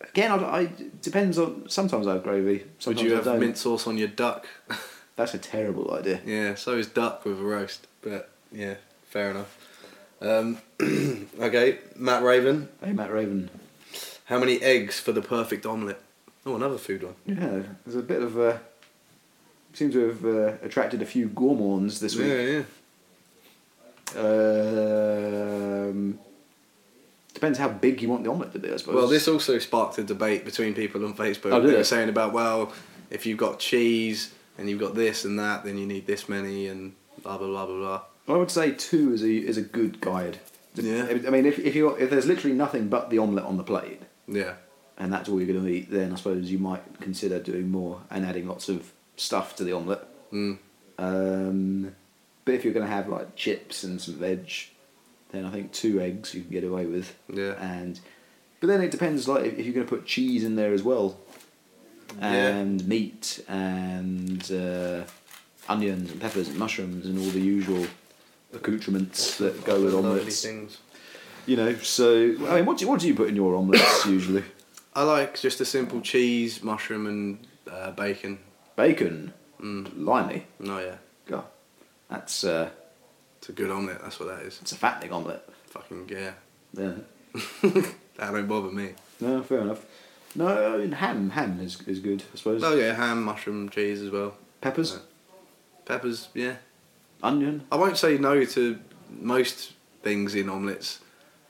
Again, I, I depends on. Sometimes I have gravy.
Would
Sometimes
you
I
have
don't.
mint sauce on your duck?
That's a terrible idea.
yeah, so is duck with a roast. But yeah, fair enough. Um, okay, Matt Raven.
Hey, Matt Raven.
How many eggs for the perfect omelette? Oh, another food one.
Yeah, there's a bit of a. Seems to have uh, attracted a few gourmands this
Yeah,
week.
yeah.
Um, depends how big you want the omelette to be, I suppose.
Well, this also sparked a debate between people on Facebook.
Oh, did
they were
it?
saying about well, if you've got cheese and you've got this and that, then you need this many and blah blah blah blah blah.
I would say two is a is a good guide.
Yeah.
I mean, if if you if there's literally nothing but the omelette on the plate,
Yeah,
and that's all you're going to eat, then I suppose you might consider doing more and adding lots of stuff to the omelette.
mm.
Um, but if you're going to have like chips and some veg, then I think two eggs you can get away with.
Yeah.
And but then it depends like if if you're going to put cheese in there as well,
Yeah.
and meat and uh, onions and peppers and mushrooms and all the usual accoutrements that go with
Lovely
omelettes.
things.
You know, so I mean, what do you, what do you put in your omelettes usually?
I like just a simple cheese, mushroom, and uh, bacon.
Bacon,
Mm.
limey.
No, yeah,
God, that's uh,
it's a good omelette. That's what that is.
it's a fattening omelette.
Fucking yeah,
Yeah.
that don't bother me.
No, fair enough. No, I mean, ham. Ham is, is good, I suppose.
Oh yeah, ham, mushroom, cheese as well.
Peppers,
Yeah. Peppers, yeah.
onion.
I won't say no to most things in omelettes.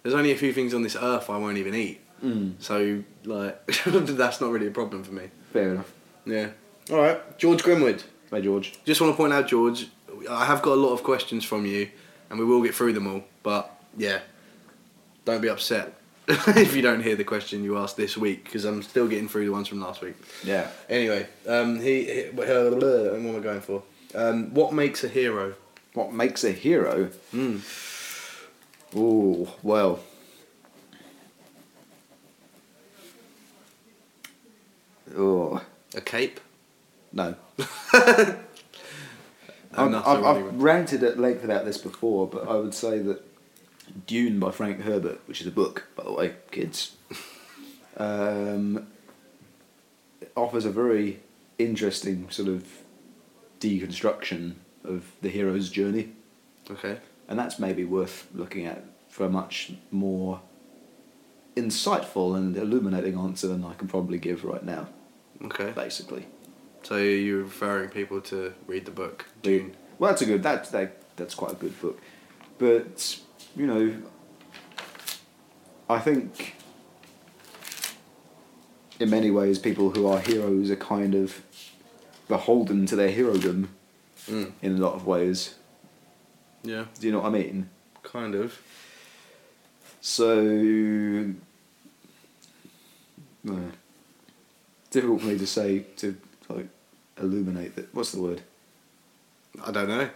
There's only a few things on this earth I won't even eat.
Mm,
So, like, that's not really a problem for me.
fair enough.
Yeah. All right, George Grimwood.
Hey, George.
Just want to point out, George, I have got a lot of questions from you, and we will get through them all. But yeah, don't be upset if you don't hear the question you asked this week, because I'm still getting through the ones from last week.
Yeah.
Anyway, um, he, he what am I going for? Um, what makes a hero?
What makes a hero? Ooh, well. Oh,
A cape.
no.
Oh,
I've,
no,
I've,
sorry, anyway.
I've ranted at length about this before, but I would say that Dune by Frank Herbert, which is a book, by the way, kids, um, offers a very interesting sort of deconstruction of the hero's journey,
Okay.
and that's maybe worth looking at for a much more insightful and illuminating answer than I can probably give right now,
Okay.
basically.
So you're referring people to read the book Dune.
Well, that's a good. That, that that's quite a good book, but you know, I think in many ways people who are heroes are kind of beholden to their herodom
Mm.
in a lot of ways.
Yeah,
Do you know what I mean?
kind of.
So, uh, difficult for me to say to like illuminate that. What's the word?
I don't know.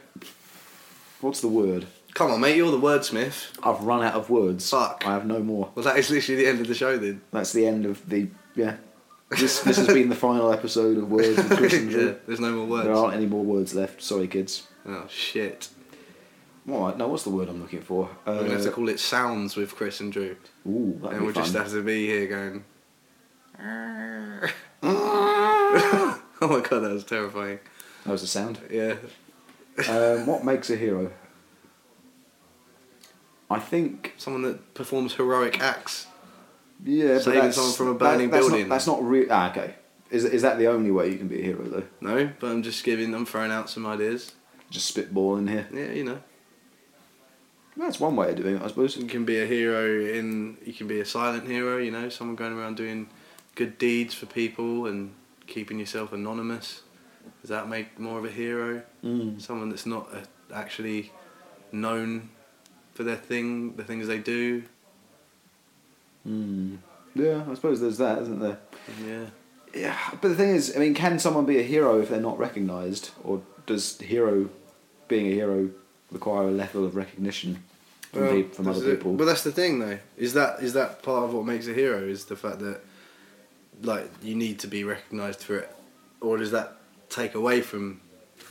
What's the word?
Come on, mate. You're the wordsmith.
I've run out of words.
Fuck.
I have no more.
Well, that is literally the end of the show then.
That's the end of the yeah. This this has been the final episode of Words with Chris and
Yeah,
Drew.
There's no more
There
words.
aren't any more words left. Sorry, kids.
Oh shit.
All right, now what's the word I'm looking for?
We're gonna have to
Uh,
call it sounds with Chris and Drew,
ooh, that'd
and
be
we'll just
fun.
have to be here going. oh my god, that was terrifying.
That was the sound.
Yeah.
Um, what makes a hero? I think
Someone that performs heroic acts.
yeah,
Saving
but that's,
someone from a
that-
burning
that's
building.
Not, that's not real. Ah, okay. Is is that the only way you can be a hero though?
No, but I'm just giving. I'm throwing out some ideas.
Just spitballing here.
Yeah, you know.
That's one way of doing it, I suppose.
You can be a hero in. You can be a silent hero. You know, someone going around doing good deeds for people and keeping yourself anonymous. Does that make more of a hero?
Mm.
Someone that's not uh, actually known for their thing, the things they do.
Mm. Yeah, I suppose there's that, isn't there?
Yeah.
Yeah, but the thing is, I mean, can someone be a hero if they're not recognised, or does hero being a hero require a level of recognition from, peop from
that's
other
it.
people?
But that's the thing, though. Is that is that part of what makes a hero? Is the fact that like you need to be recognised for it, or does that take away from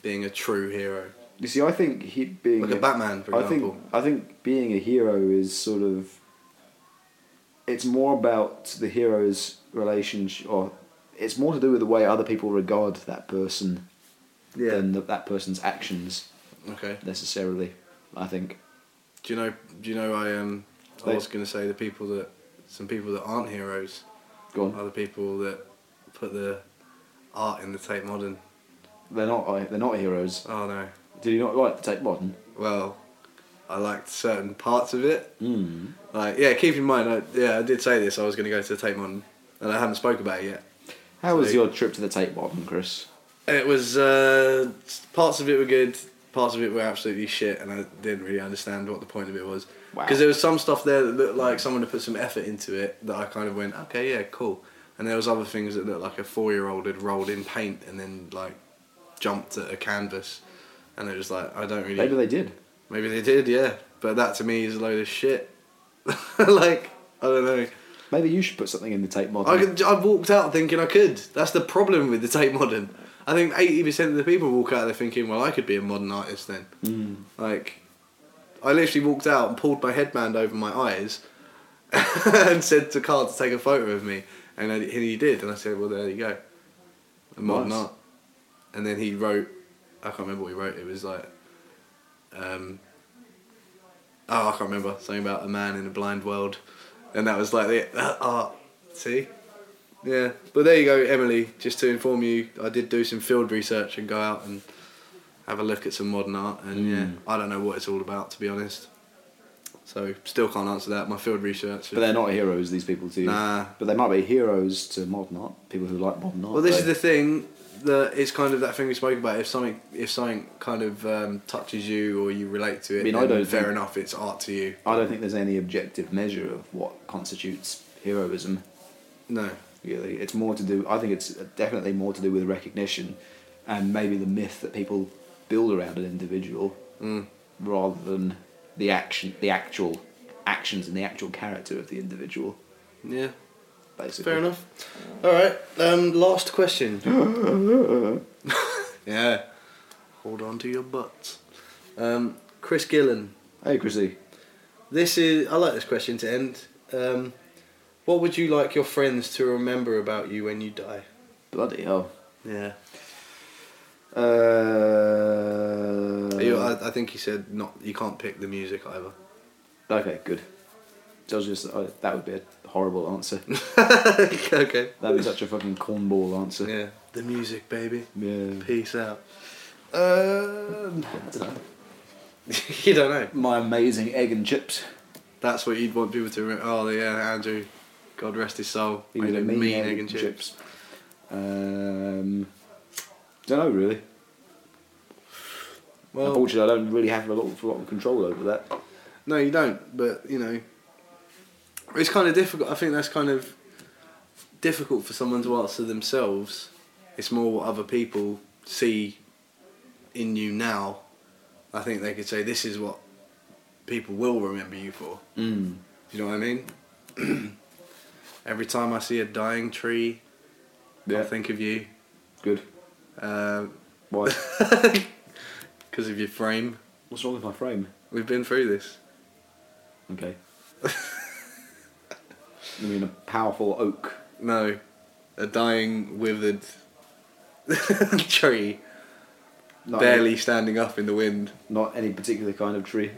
being a true hero?
You see, I think he being
Like a Batman, for
I think
example.
I think being a hero is sort of. It's more about the hero's relationship, or it's more to do with the way other people regard that person than the, that person's actions
Okay.
necessarily. I think.
Do you know? Do you know? I um. I
They-
was going to say the people that some people that aren't heroes
Go on.
are the people that put the art in the Tate Modern.
They're not. They're not heroes.
Oh no.
Did you not like the Tate Modern?
Well, I liked certain parts of it.
Mm.
Like yeah, keep in mind. I, yeah, I did say this. I was going to go to the Tate Modern, and I haven't spoke about it yet.
How was
So-
your trip to the Tate Modern, Chris?
It was uh, parts of it were good, parts of it were absolutely shit, and I didn't really understand what the point of it was.
Wow.
Because there was some stuff there that looked like someone had put some effort into it that I kind of went, okay, yeah, cool. And there was other things that looked like a four-year-old had rolled in paint and then like jumped at a canvas, and it was like I don't really.
Maybe they did.
Maybe they did, yeah. But that to me is a load of shit. like I don't know.
Maybe you should put something in the Tate Modern.
I, could, I walked out thinking I could. That's the problem with the Tate Modern. I think 80% of the people walk out there thinking, well, I could be a modern artist then.
Mm.
Like, I literally walked out and pulled my headband over my eyes and said to Carl to take a photo of me. And, I, and he did. And I said, well, there you go. A modern
Nice.
art. And then he wrote, I can't remember what he wrote. It was like, um, oh, I can't remember. Something about a man in a blind world. And that was like the that art. See? Yeah. But there you go, Emily. Just to inform you, I did do some field research and go out and have a look at some modern art. And yeah,
Mm.
I don't know what it's all about, to be honest. So still can't answer that. My field research.
But they're not heroes. These people too.
nah.
But they might be heroes to modern art. People who like modern art.
Well, this
though.
is the thing that it's kind of that thing we spoke about. If something, if something kind of um, touches you or you relate to it,
I mean, I
then
don't
fair
think-
enough. It's art to you.
I don't think there's any objective measure of what constitutes heroism.
No.
Really, it's more to do. I think it's definitely more to do with recognition, and maybe the myth that people build around an individual,
Mm.
rather than the action, the actual actions, and the actual character of the individual.
Yeah.
Basically,
Fair enough. All right. Um, last question. yeah. Hold on to your butts. Um, Chris Gillen.
Hey, Chrissy.
This is. I like this question to end. Um, what would you like your friends to remember about you when you die?
Bloody hell.
Yeah.
Uh,
I, I think he said not. You can't pick the music either.
okay, good. So I was just I- that would be a horrible answer.
okay.
That'd be such a fucking cornball answer.
Yeah. The music, baby.
Yeah.
Peace out.
Um,
you don't know.
my amazing egg and chips.
That's what you'd want people to remember. Oh yeah, Andrew. God rest his soul.
He
Made
did
a
a
mean, egg and chips.
Um, don't know really.
Well,
Unfortunately, I don't really have a lot, a lot of control over that.
no, you don't. But you know, it's kind of difficult. I think that's kind of difficult for someone to answer themselves. It's more what other people see in you now. I think they could say this is what people will remember you for.
Mm.
Do you know what I mean? Every time I see a dying tree, I
Yeah.
think of you.
Good.
Because
Why?
of your frame.
What's wrong with my frame?
We've been through this.
Okay. you mean a powerful oak?
No. A dying, withered tree.
Not
barely
Any,
standing up in the wind.
not any particular kind of tree.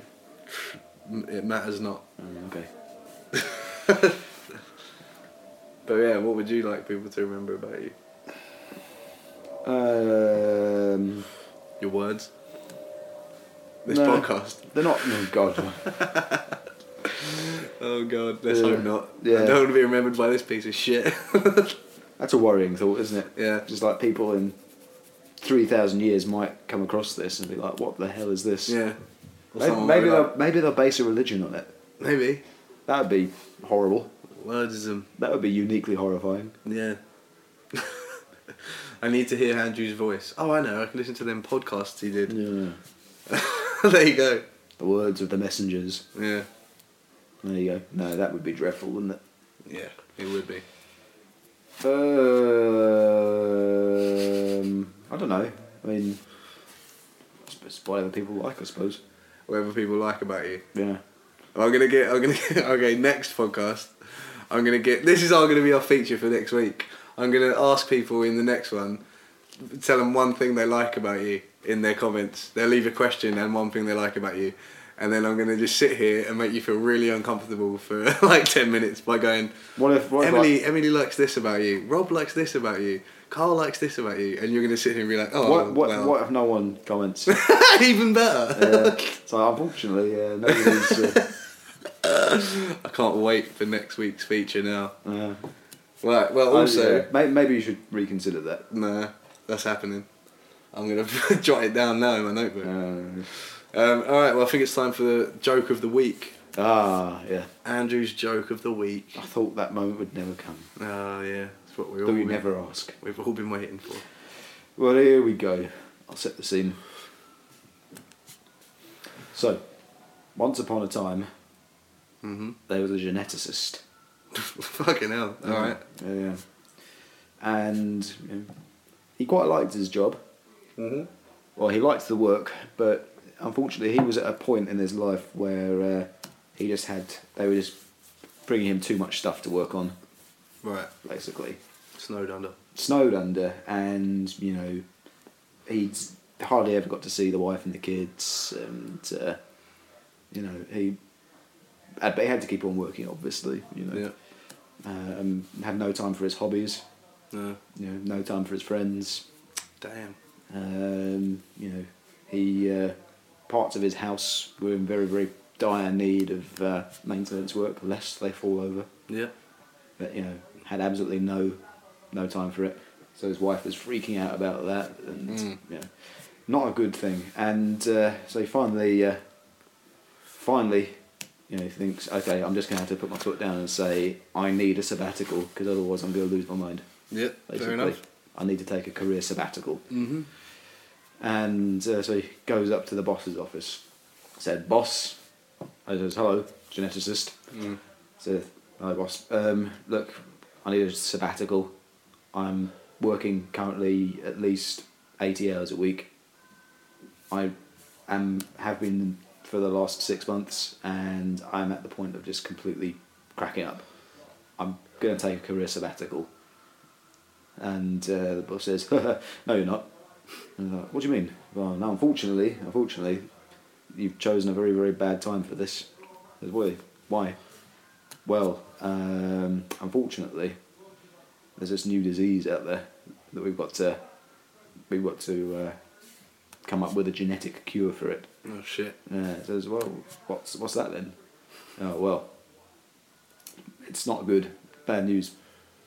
M- It matters not.
Mm, okay.
But yeah, what would you like people to remember about you?
Um,
Your words? This
No.
podcast.
they're not. Oh God.
Oh god, let's
Yeah.
hope not. I
Yeah.
don't want to be remembered by this piece of shit.
That's a worrying thought, isn't it?
yeah.
Just like people in three thousand years might come across this and be like, "What the hell is this?"
Yeah. Or
Maybe,
someone
maybe
will be
they'll maybe they'll base a religion on it.
like, Maybe.
That would be horrible.
Wordism.
That would be uniquely horrifying.
Yeah. I need to hear Andrew's voice. Oh, I know. I can listen to them podcasts he did.
Yeah.
there you go.
The words of the messengers.
Yeah.
There you go. No, that would be dreadful, wouldn't it?
Yeah, it would be.
Um, I don't know. I mean, It's whatever people like, I suppose.
Whatever people like about you.
Yeah.
I'm gonna get. I'm gonna get. Okay, next podcast. I'm gonna get. This is all gonna be our feature for next week. I'm gonna ask people in the next one, tell them one thing they like about you in their comments. They'll leave a question and one thing they like about you, and then I'm gonna just sit here and make you feel really uncomfortable for like ten minutes by going.
What if what
Emily,
If
Emily likes this about you. Rob likes this about you. Carl likes this about you, and you're gonna sit here and be like,
I,
oh,
what what,
well.
what if no one comments?
even better.
Uh, so unfortunately, yeah, nobody's. Uh,
I can't wait for next week's feature now.
uh,
Right. Well,
I-
also.
Oh, yeah, may- maybe you should reconsider that.
Nah, that's happening. I'm gonna jot it down now in my notebook.
Uh,
Um, all right. Well, I think it's time for the joke of the week.
ah, yeah.
Andrew's joke of the week.
I thought that moment would never come.
Oh yeah, that's what we all
Though you
been,
never ask.
we've all been waiting for.
Well, here we go. I'll set the scene. So, once upon a time,
Mhm.
there was a geneticist.
Fucking hell. All
Yeah,
right.
Yeah, yeah. And you know, he quite liked his job.
Mhm.
Well, he liked the work, but unfortunately, he was at a point in his life where uh, he just had they were just bringing him too much stuff to work on,
Right.
basically.
Snowed under.
Snowed under, and you know, he'd hardly ever got to see the wife and the kids, and uh, you know, he. uh, But he had to keep on working, obviously. You know,
Yeah.
um, had no time for his hobbies.
No.
You know, no time for his friends.
Damn.
Um, you know, he uh, parts of his house were in very very dire need of uh, maintenance work, lest they fall over.
Yeah.
But you know, had absolutely no no time for it. So his wife was freaking out about that, and
Mm.
you know, not a good thing. And uh, so he finally, uh, finally, you know, he thinks, okay, I'm just going to have to put my foot down and say I need a sabbatical because otherwise I'm going to lose my mind.
Yeah. Fair
Basically,
enough.
I need to take a career sabbatical.
Mhm.
And uh, so he goes up to the boss's office. Said, "Boss," I says, "Hello, geneticist."
Mm.
Said, "Hello, boss. Um, look, I need a sabbatical. I'm working currently at least eighty hours a week. I am have been for the last six months, and I'm at the point of just completely cracking up. I'm going to take a career sabbatical." And uh, the boss says, "No, you're not." And they're like, what do you mean? Well, no, unfortunately, unfortunately, you've chosen a very, very bad time for this. I said, Why? Why? Well, um, unfortunately, there's this new disease out there that we've got to we've got to uh, come up with a genetic cure for it.
Oh shit.
Yeah, it says, well, what's what's that then? Oh well, it's not good. Bad news,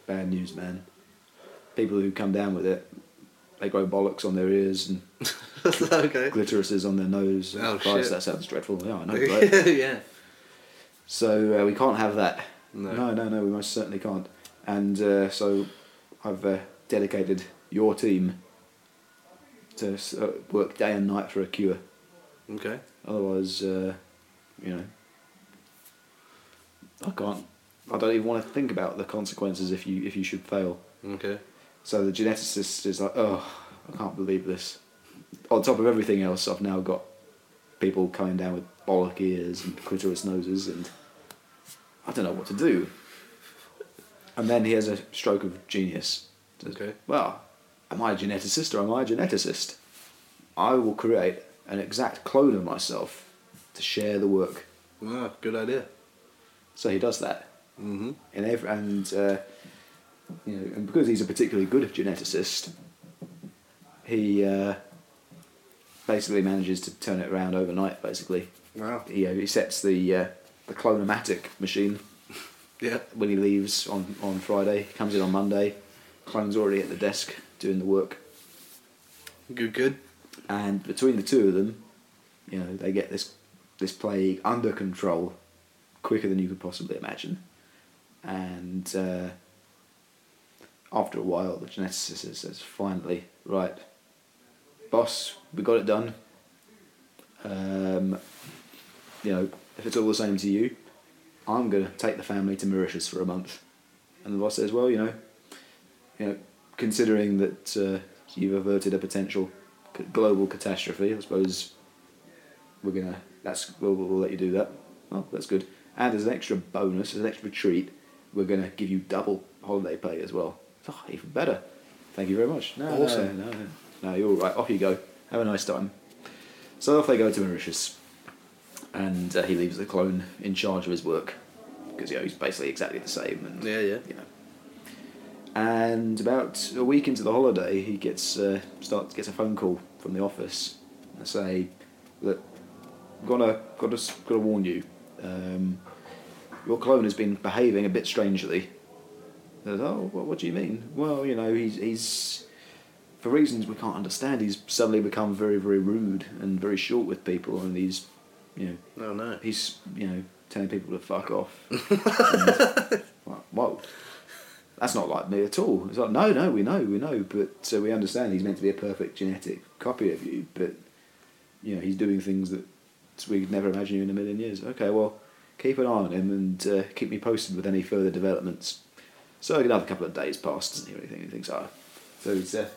bad news, man. People who come down with it, they grow bollocks on their ears and
okay.
glitterises on their nose.
Oh,
Christ,
shit.
that sounds dreadful. Yeah, I know. Right?
yeah.
so uh, we can't have that.
No.
no, no, no, we most certainly can't. And uh, so I've uh, dedicated your team to s- uh, work day and night for a cure.
Okay.
Otherwise, uh, you know, I can't. I don't even want to think about the consequences if you if you should fail.
Okay.
So the geneticist is like, oh, I can't believe this. On top of everything else, I've now got people coming down with bollock ears and clitoris noses, and I don't know what to do. And then he has a stroke of genius. Says,
Okay.
Well, am I a geneticist or am I a geneticist? I will create an exact clone of myself to share the work.
Wow. Good idea.
So he does that
Mhm.
and ev- and uh, you know, and because he's a particularly good geneticist, he uh, basically manages to turn it around overnight. Basically,
Wow.
you know, he sets the uh, the clonomatic machine
Yeah.
when he leaves on on Friday. Comes in on Monday. Clone's already at the desk doing the work,
Good. Good.
and between the two of them, you know, they get this this plague under control quicker than you could possibly imagine. And uh, after a while, the geneticist says, "Finally, right, boss, we got it done. Um, you know, if it's all the same to you, I'm going to take the family to Mauritius for a month." And the boss says, "Well, you know, you know, considering that uh, you've averted a potential c- global catastrophe. I suppose we're gonna. That's we'll, we'll let you do that. Well, that's good. And as an extra bonus, as an extra treat, we're gonna give you double holiday pay as well. Oh, even better. Thank you very much. No, no,
Awesome.
No, no, no, you're all right. Off you go. Have a nice time. So off they go to Mauritius, and uh, he leaves the clone in charge of his work because you know he's basically exactly the same. And
Yeah, yeah.
you know. And about a week into the holiday, he gets uh, starts gets a phone call from the office. and say, "Look, gotta gotta s- gotta warn you. Um, your clone has been behaving a bit strangely." He says, "Oh, what, what do you mean?" Well, you know, he's he's for reasons we can't understand. He's suddenly become very very rude and very short with people, and he's you know
No, Oh, no.
he's you know telling people to fuck off. And, like, whoa, that's not like me at all. It's like no, no, we know, we know, but so we understand he's meant to be a perfect genetic copy of you, but you know he's doing things that we could never imagine you in a million years. Okay, well, keep an eye on him and uh, keep me posted with any further developments. So another couple of days pass, doesn't hear anything. He thinks, ah, so he's uh,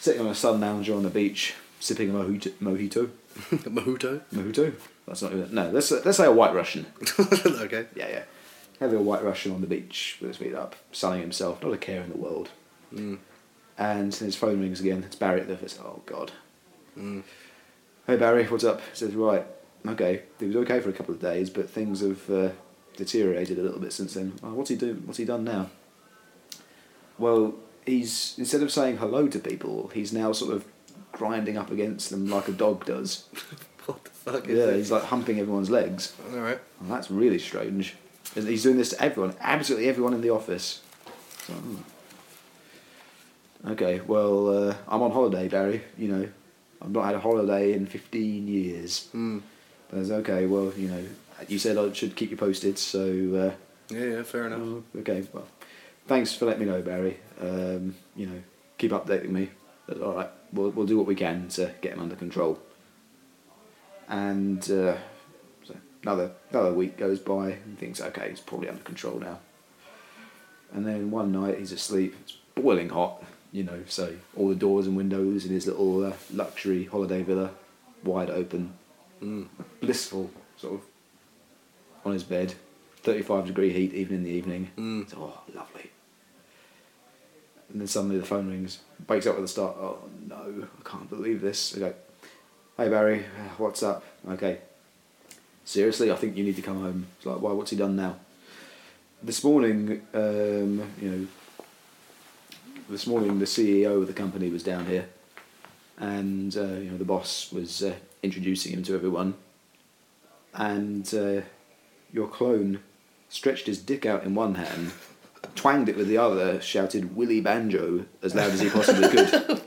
sitting on a sun lounger on the beach, sipping a mojito. mojito.
Mahuto.
Mojito? That's not even. No, let's, let's say a white Russian.
okay.
Yeah, yeah. Having a white Russian on the beach with his feet up, sunning himself, not a care in the world.
Mm.
And his phone rings again. It's Barry at the office. Oh, God.
Mm.
Hey, Barry, what's up? He says, right, okay. It was okay for a couple of days, but things have uh, deteriorated a little bit since then. Oh, what's he do? What's he done now? Well, he's instead of saying hello to people, he's now sort of grinding up against them like a dog does.
What the fuck
Yeah,
is
he's like humping everyone's legs.
this? All right.
Well, that's really strange. And He's doing this to everyone, absolutely everyone in the office. So, hmm. Okay, well, uh, I'm on holiday, Barry. You know, I've not had a holiday in 15 years.
Mm.
But it's okay, well, you know, you said I should keep you posted, so.
Yeah, yeah. Fair
Uh,
enough.
oh, okay, well, thanks for letting me know, Barry. Um, you know, keep updating me. That's All right, we'll, we'll do what we can to get him under control. And uh, so another another week goes by and thinks, okay, he's probably under control now. And then one night he's asleep. It's boiling hot, you know. So all the doors and windows in his little uh, luxury holiday villa, wide open,
Mm.
blissful sort of on his bed, 35 degree heat even in the evening.
Mm.
It's, oh, lovely. And then suddenly the phone rings. Wakes up with a start. Oh no, I can't believe this. I go, hey Barry, uh, what's up? Okay. Seriously, I think you need to come home. It's like, why? What's he done now? This morning, um, you know, this morning the CEO of the company was down here, and uh, you know the boss was uh, introducing him to everyone, and uh, your clone stretched his dick out in one hand, twanged it with the other, shouted "Willy Banjo" as loud as he possibly could,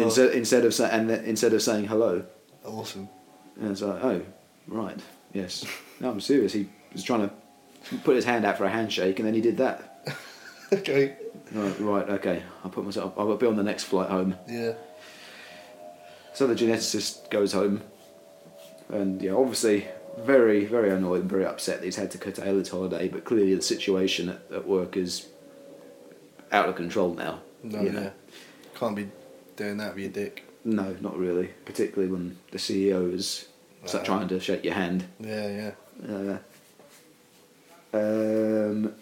instead, instead of sa- and then, instead of saying hello.
Awesome.
And it's like, oh, right, yes. No, I'm serious. He was trying to put his hand out for a handshake, and then he did that.
okay.
Right, right, okay. I'll put myself. I'll be on the next flight home.
Yeah.
So the geneticist goes home, and yeah, obviously very, very annoyed, and very upset that he's had to curtail his holiday. But clearly, the situation at, at work is out of control now.
No,
you
yeah.
know.
Can't be doing that with your dick.
No, not really. Particularly when the CEO is
Wow.
trying to shake your hand.
Yeah, yeah.
Uh, um,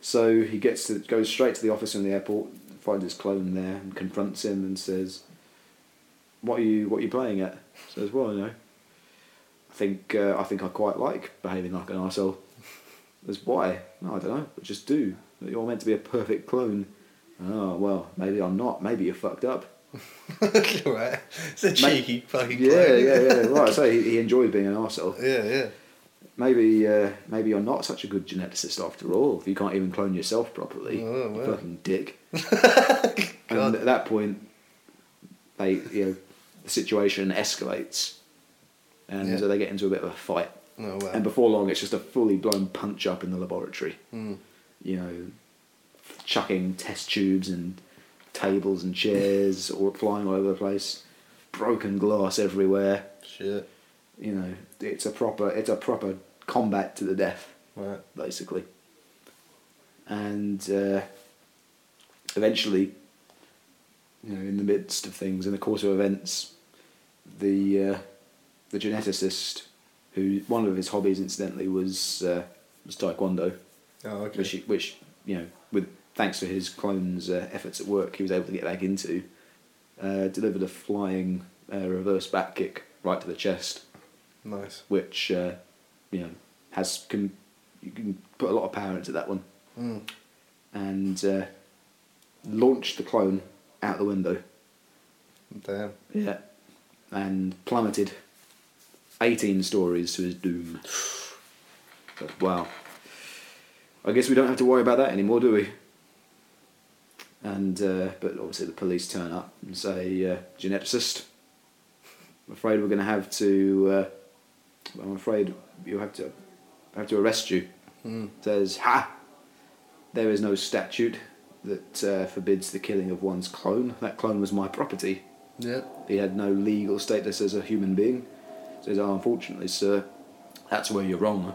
so he gets to goes straight to the office in the airport, finds his clone there, and confronts him and says, "What are you What are you playing at?" Says, "Well, you know, I think uh, I think I quite like behaving like an arsehole." Says, "Why? No, I don't know. But just do. You're meant to be a perfect clone." Oh well, maybe I'm not. Maybe you're fucked up.
All right. It's a cheeky fucking.
Yeah,
clone.
yeah, yeah. Right. So he, he enjoys being an arsehole.
Yeah, yeah.
Maybe uh, maybe you're not such a good geneticist after all. If you can't even clone yourself properly,
Oh,
you
wow.
fucking dick. and at that point, they you know the situation escalates, and
Yeah.
so they get into a bit of a fight.
Oh
And
wow.
before long, it's just a fully blown punch up in the laboratory.
Mm.
You know, chucking test tubes and tables and chairs, or flying all over the place, broken glass everywhere.
Shit.
You know, it's a proper it's a proper combat to the death
Right.
basically. And uh, eventually, you know, in the midst of things, in the course of events, the uh, the geneticist, who one of his hobbies, incidentally, was uh, was taekwondo,
Oh, okay.
which he- which you know, with thanks to his clones' uh, efforts at work, he was able to get back into, uh, delivered a flying uh, reverse back kick right to the chest,
nice.
which uh, you know has can you can put a lot of power into that one,
Mm.
and uh, launched the clone out the window.
Damn.
Yeah. And plummeted 18 stories to his doom. But, wow. I guess we don't have to worry about that anymore, do we? And, uh, but obviously the police turn up and say, uh, geneticist, I'm afraid we're going to have to, uh, I'm afraid you'll have to, have to arrest you.
Mm.
Says, ha! There is no statute that uh, forbids the killing of one's clone. That clone was my property.
Yeah.
He had no legal status as a human being. Says, oh, unfortunately, sir, that's where you're wrong.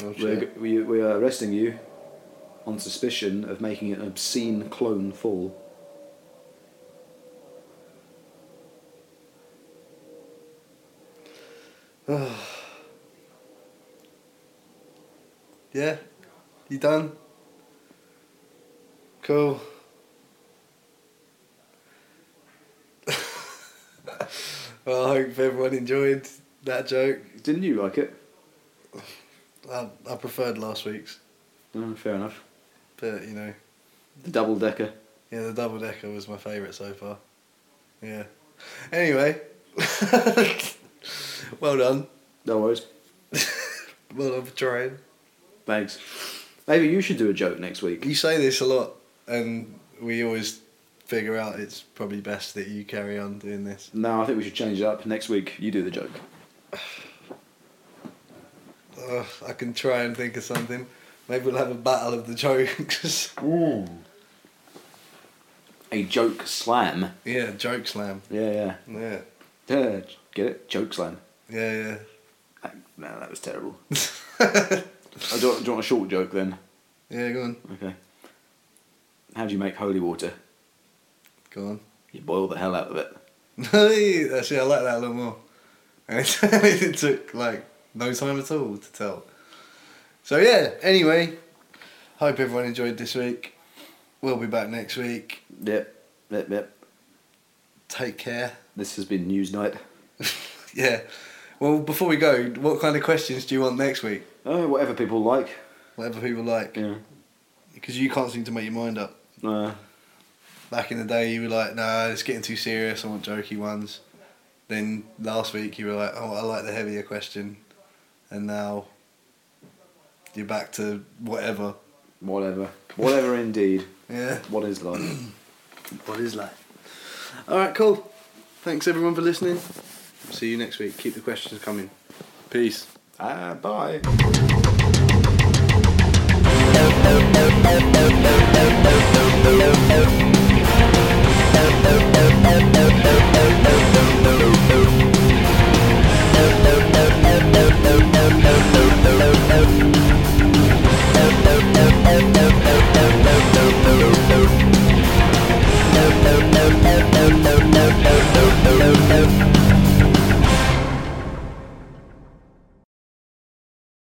No
We're,
shit.
g- we, we are arresting you on suspicion of making an obscene clone fall.
Yeah. You done? Cool. well, I hope everyone enjoyed that joke.
Didn't you like it?
I, I preferred last week's,
Oh, fair enough.
but you know,
The double decker.
yeah, the double decker was my favourite so far. Yeah. Anyway, well done.
No worries.
Well done for trying.
Thanks. Maybe you should do a joke next week.
You say this a lot, and we always figure out it's probably best that you carry on doing this.
No, I think we should change it up. Next week, you do the joke.
Ugh, I can try and think of something. Maybe we'll have a battle of the jokes.
Mm. A joke slam.
yeah, joke slam.
Yeah, yeah.
Yeah,
Yeah, get it? Joke slam.
yeah,
That, no, that was terrible.
yeah.
Oh, do, you want- do you want a short joke then?
yeah, go on,
Okay. How do you make holy water?
go on.
You boil the hell out of it.
Hey, Actually, I like that a lot more. And it, it took like no time at all to tell. So yeah. Anyway, hope everyone enjoyed this week. We'll be back next week.
Yep, yep, yep.
Take care.
This has been Newsnight.
Yeah. Well, before we go, what kind of questions do you want next week?
Oh, whatever people like.
Whatever people like.
Yeah.
Because you can't seem to make your mind up.
Uh,
Back in the day, you were like, nah, it's getting too serious. I want jokey ones. Then last week, you were like, oh, I like the heavier question. And now you're back to whatever.
whatever. Whatever indeed.
Yeah.
What is life?
What is life? All right, cool. Thanks everyone for listening. See you next week. Keep the questions coming. Peace.
ah, bye.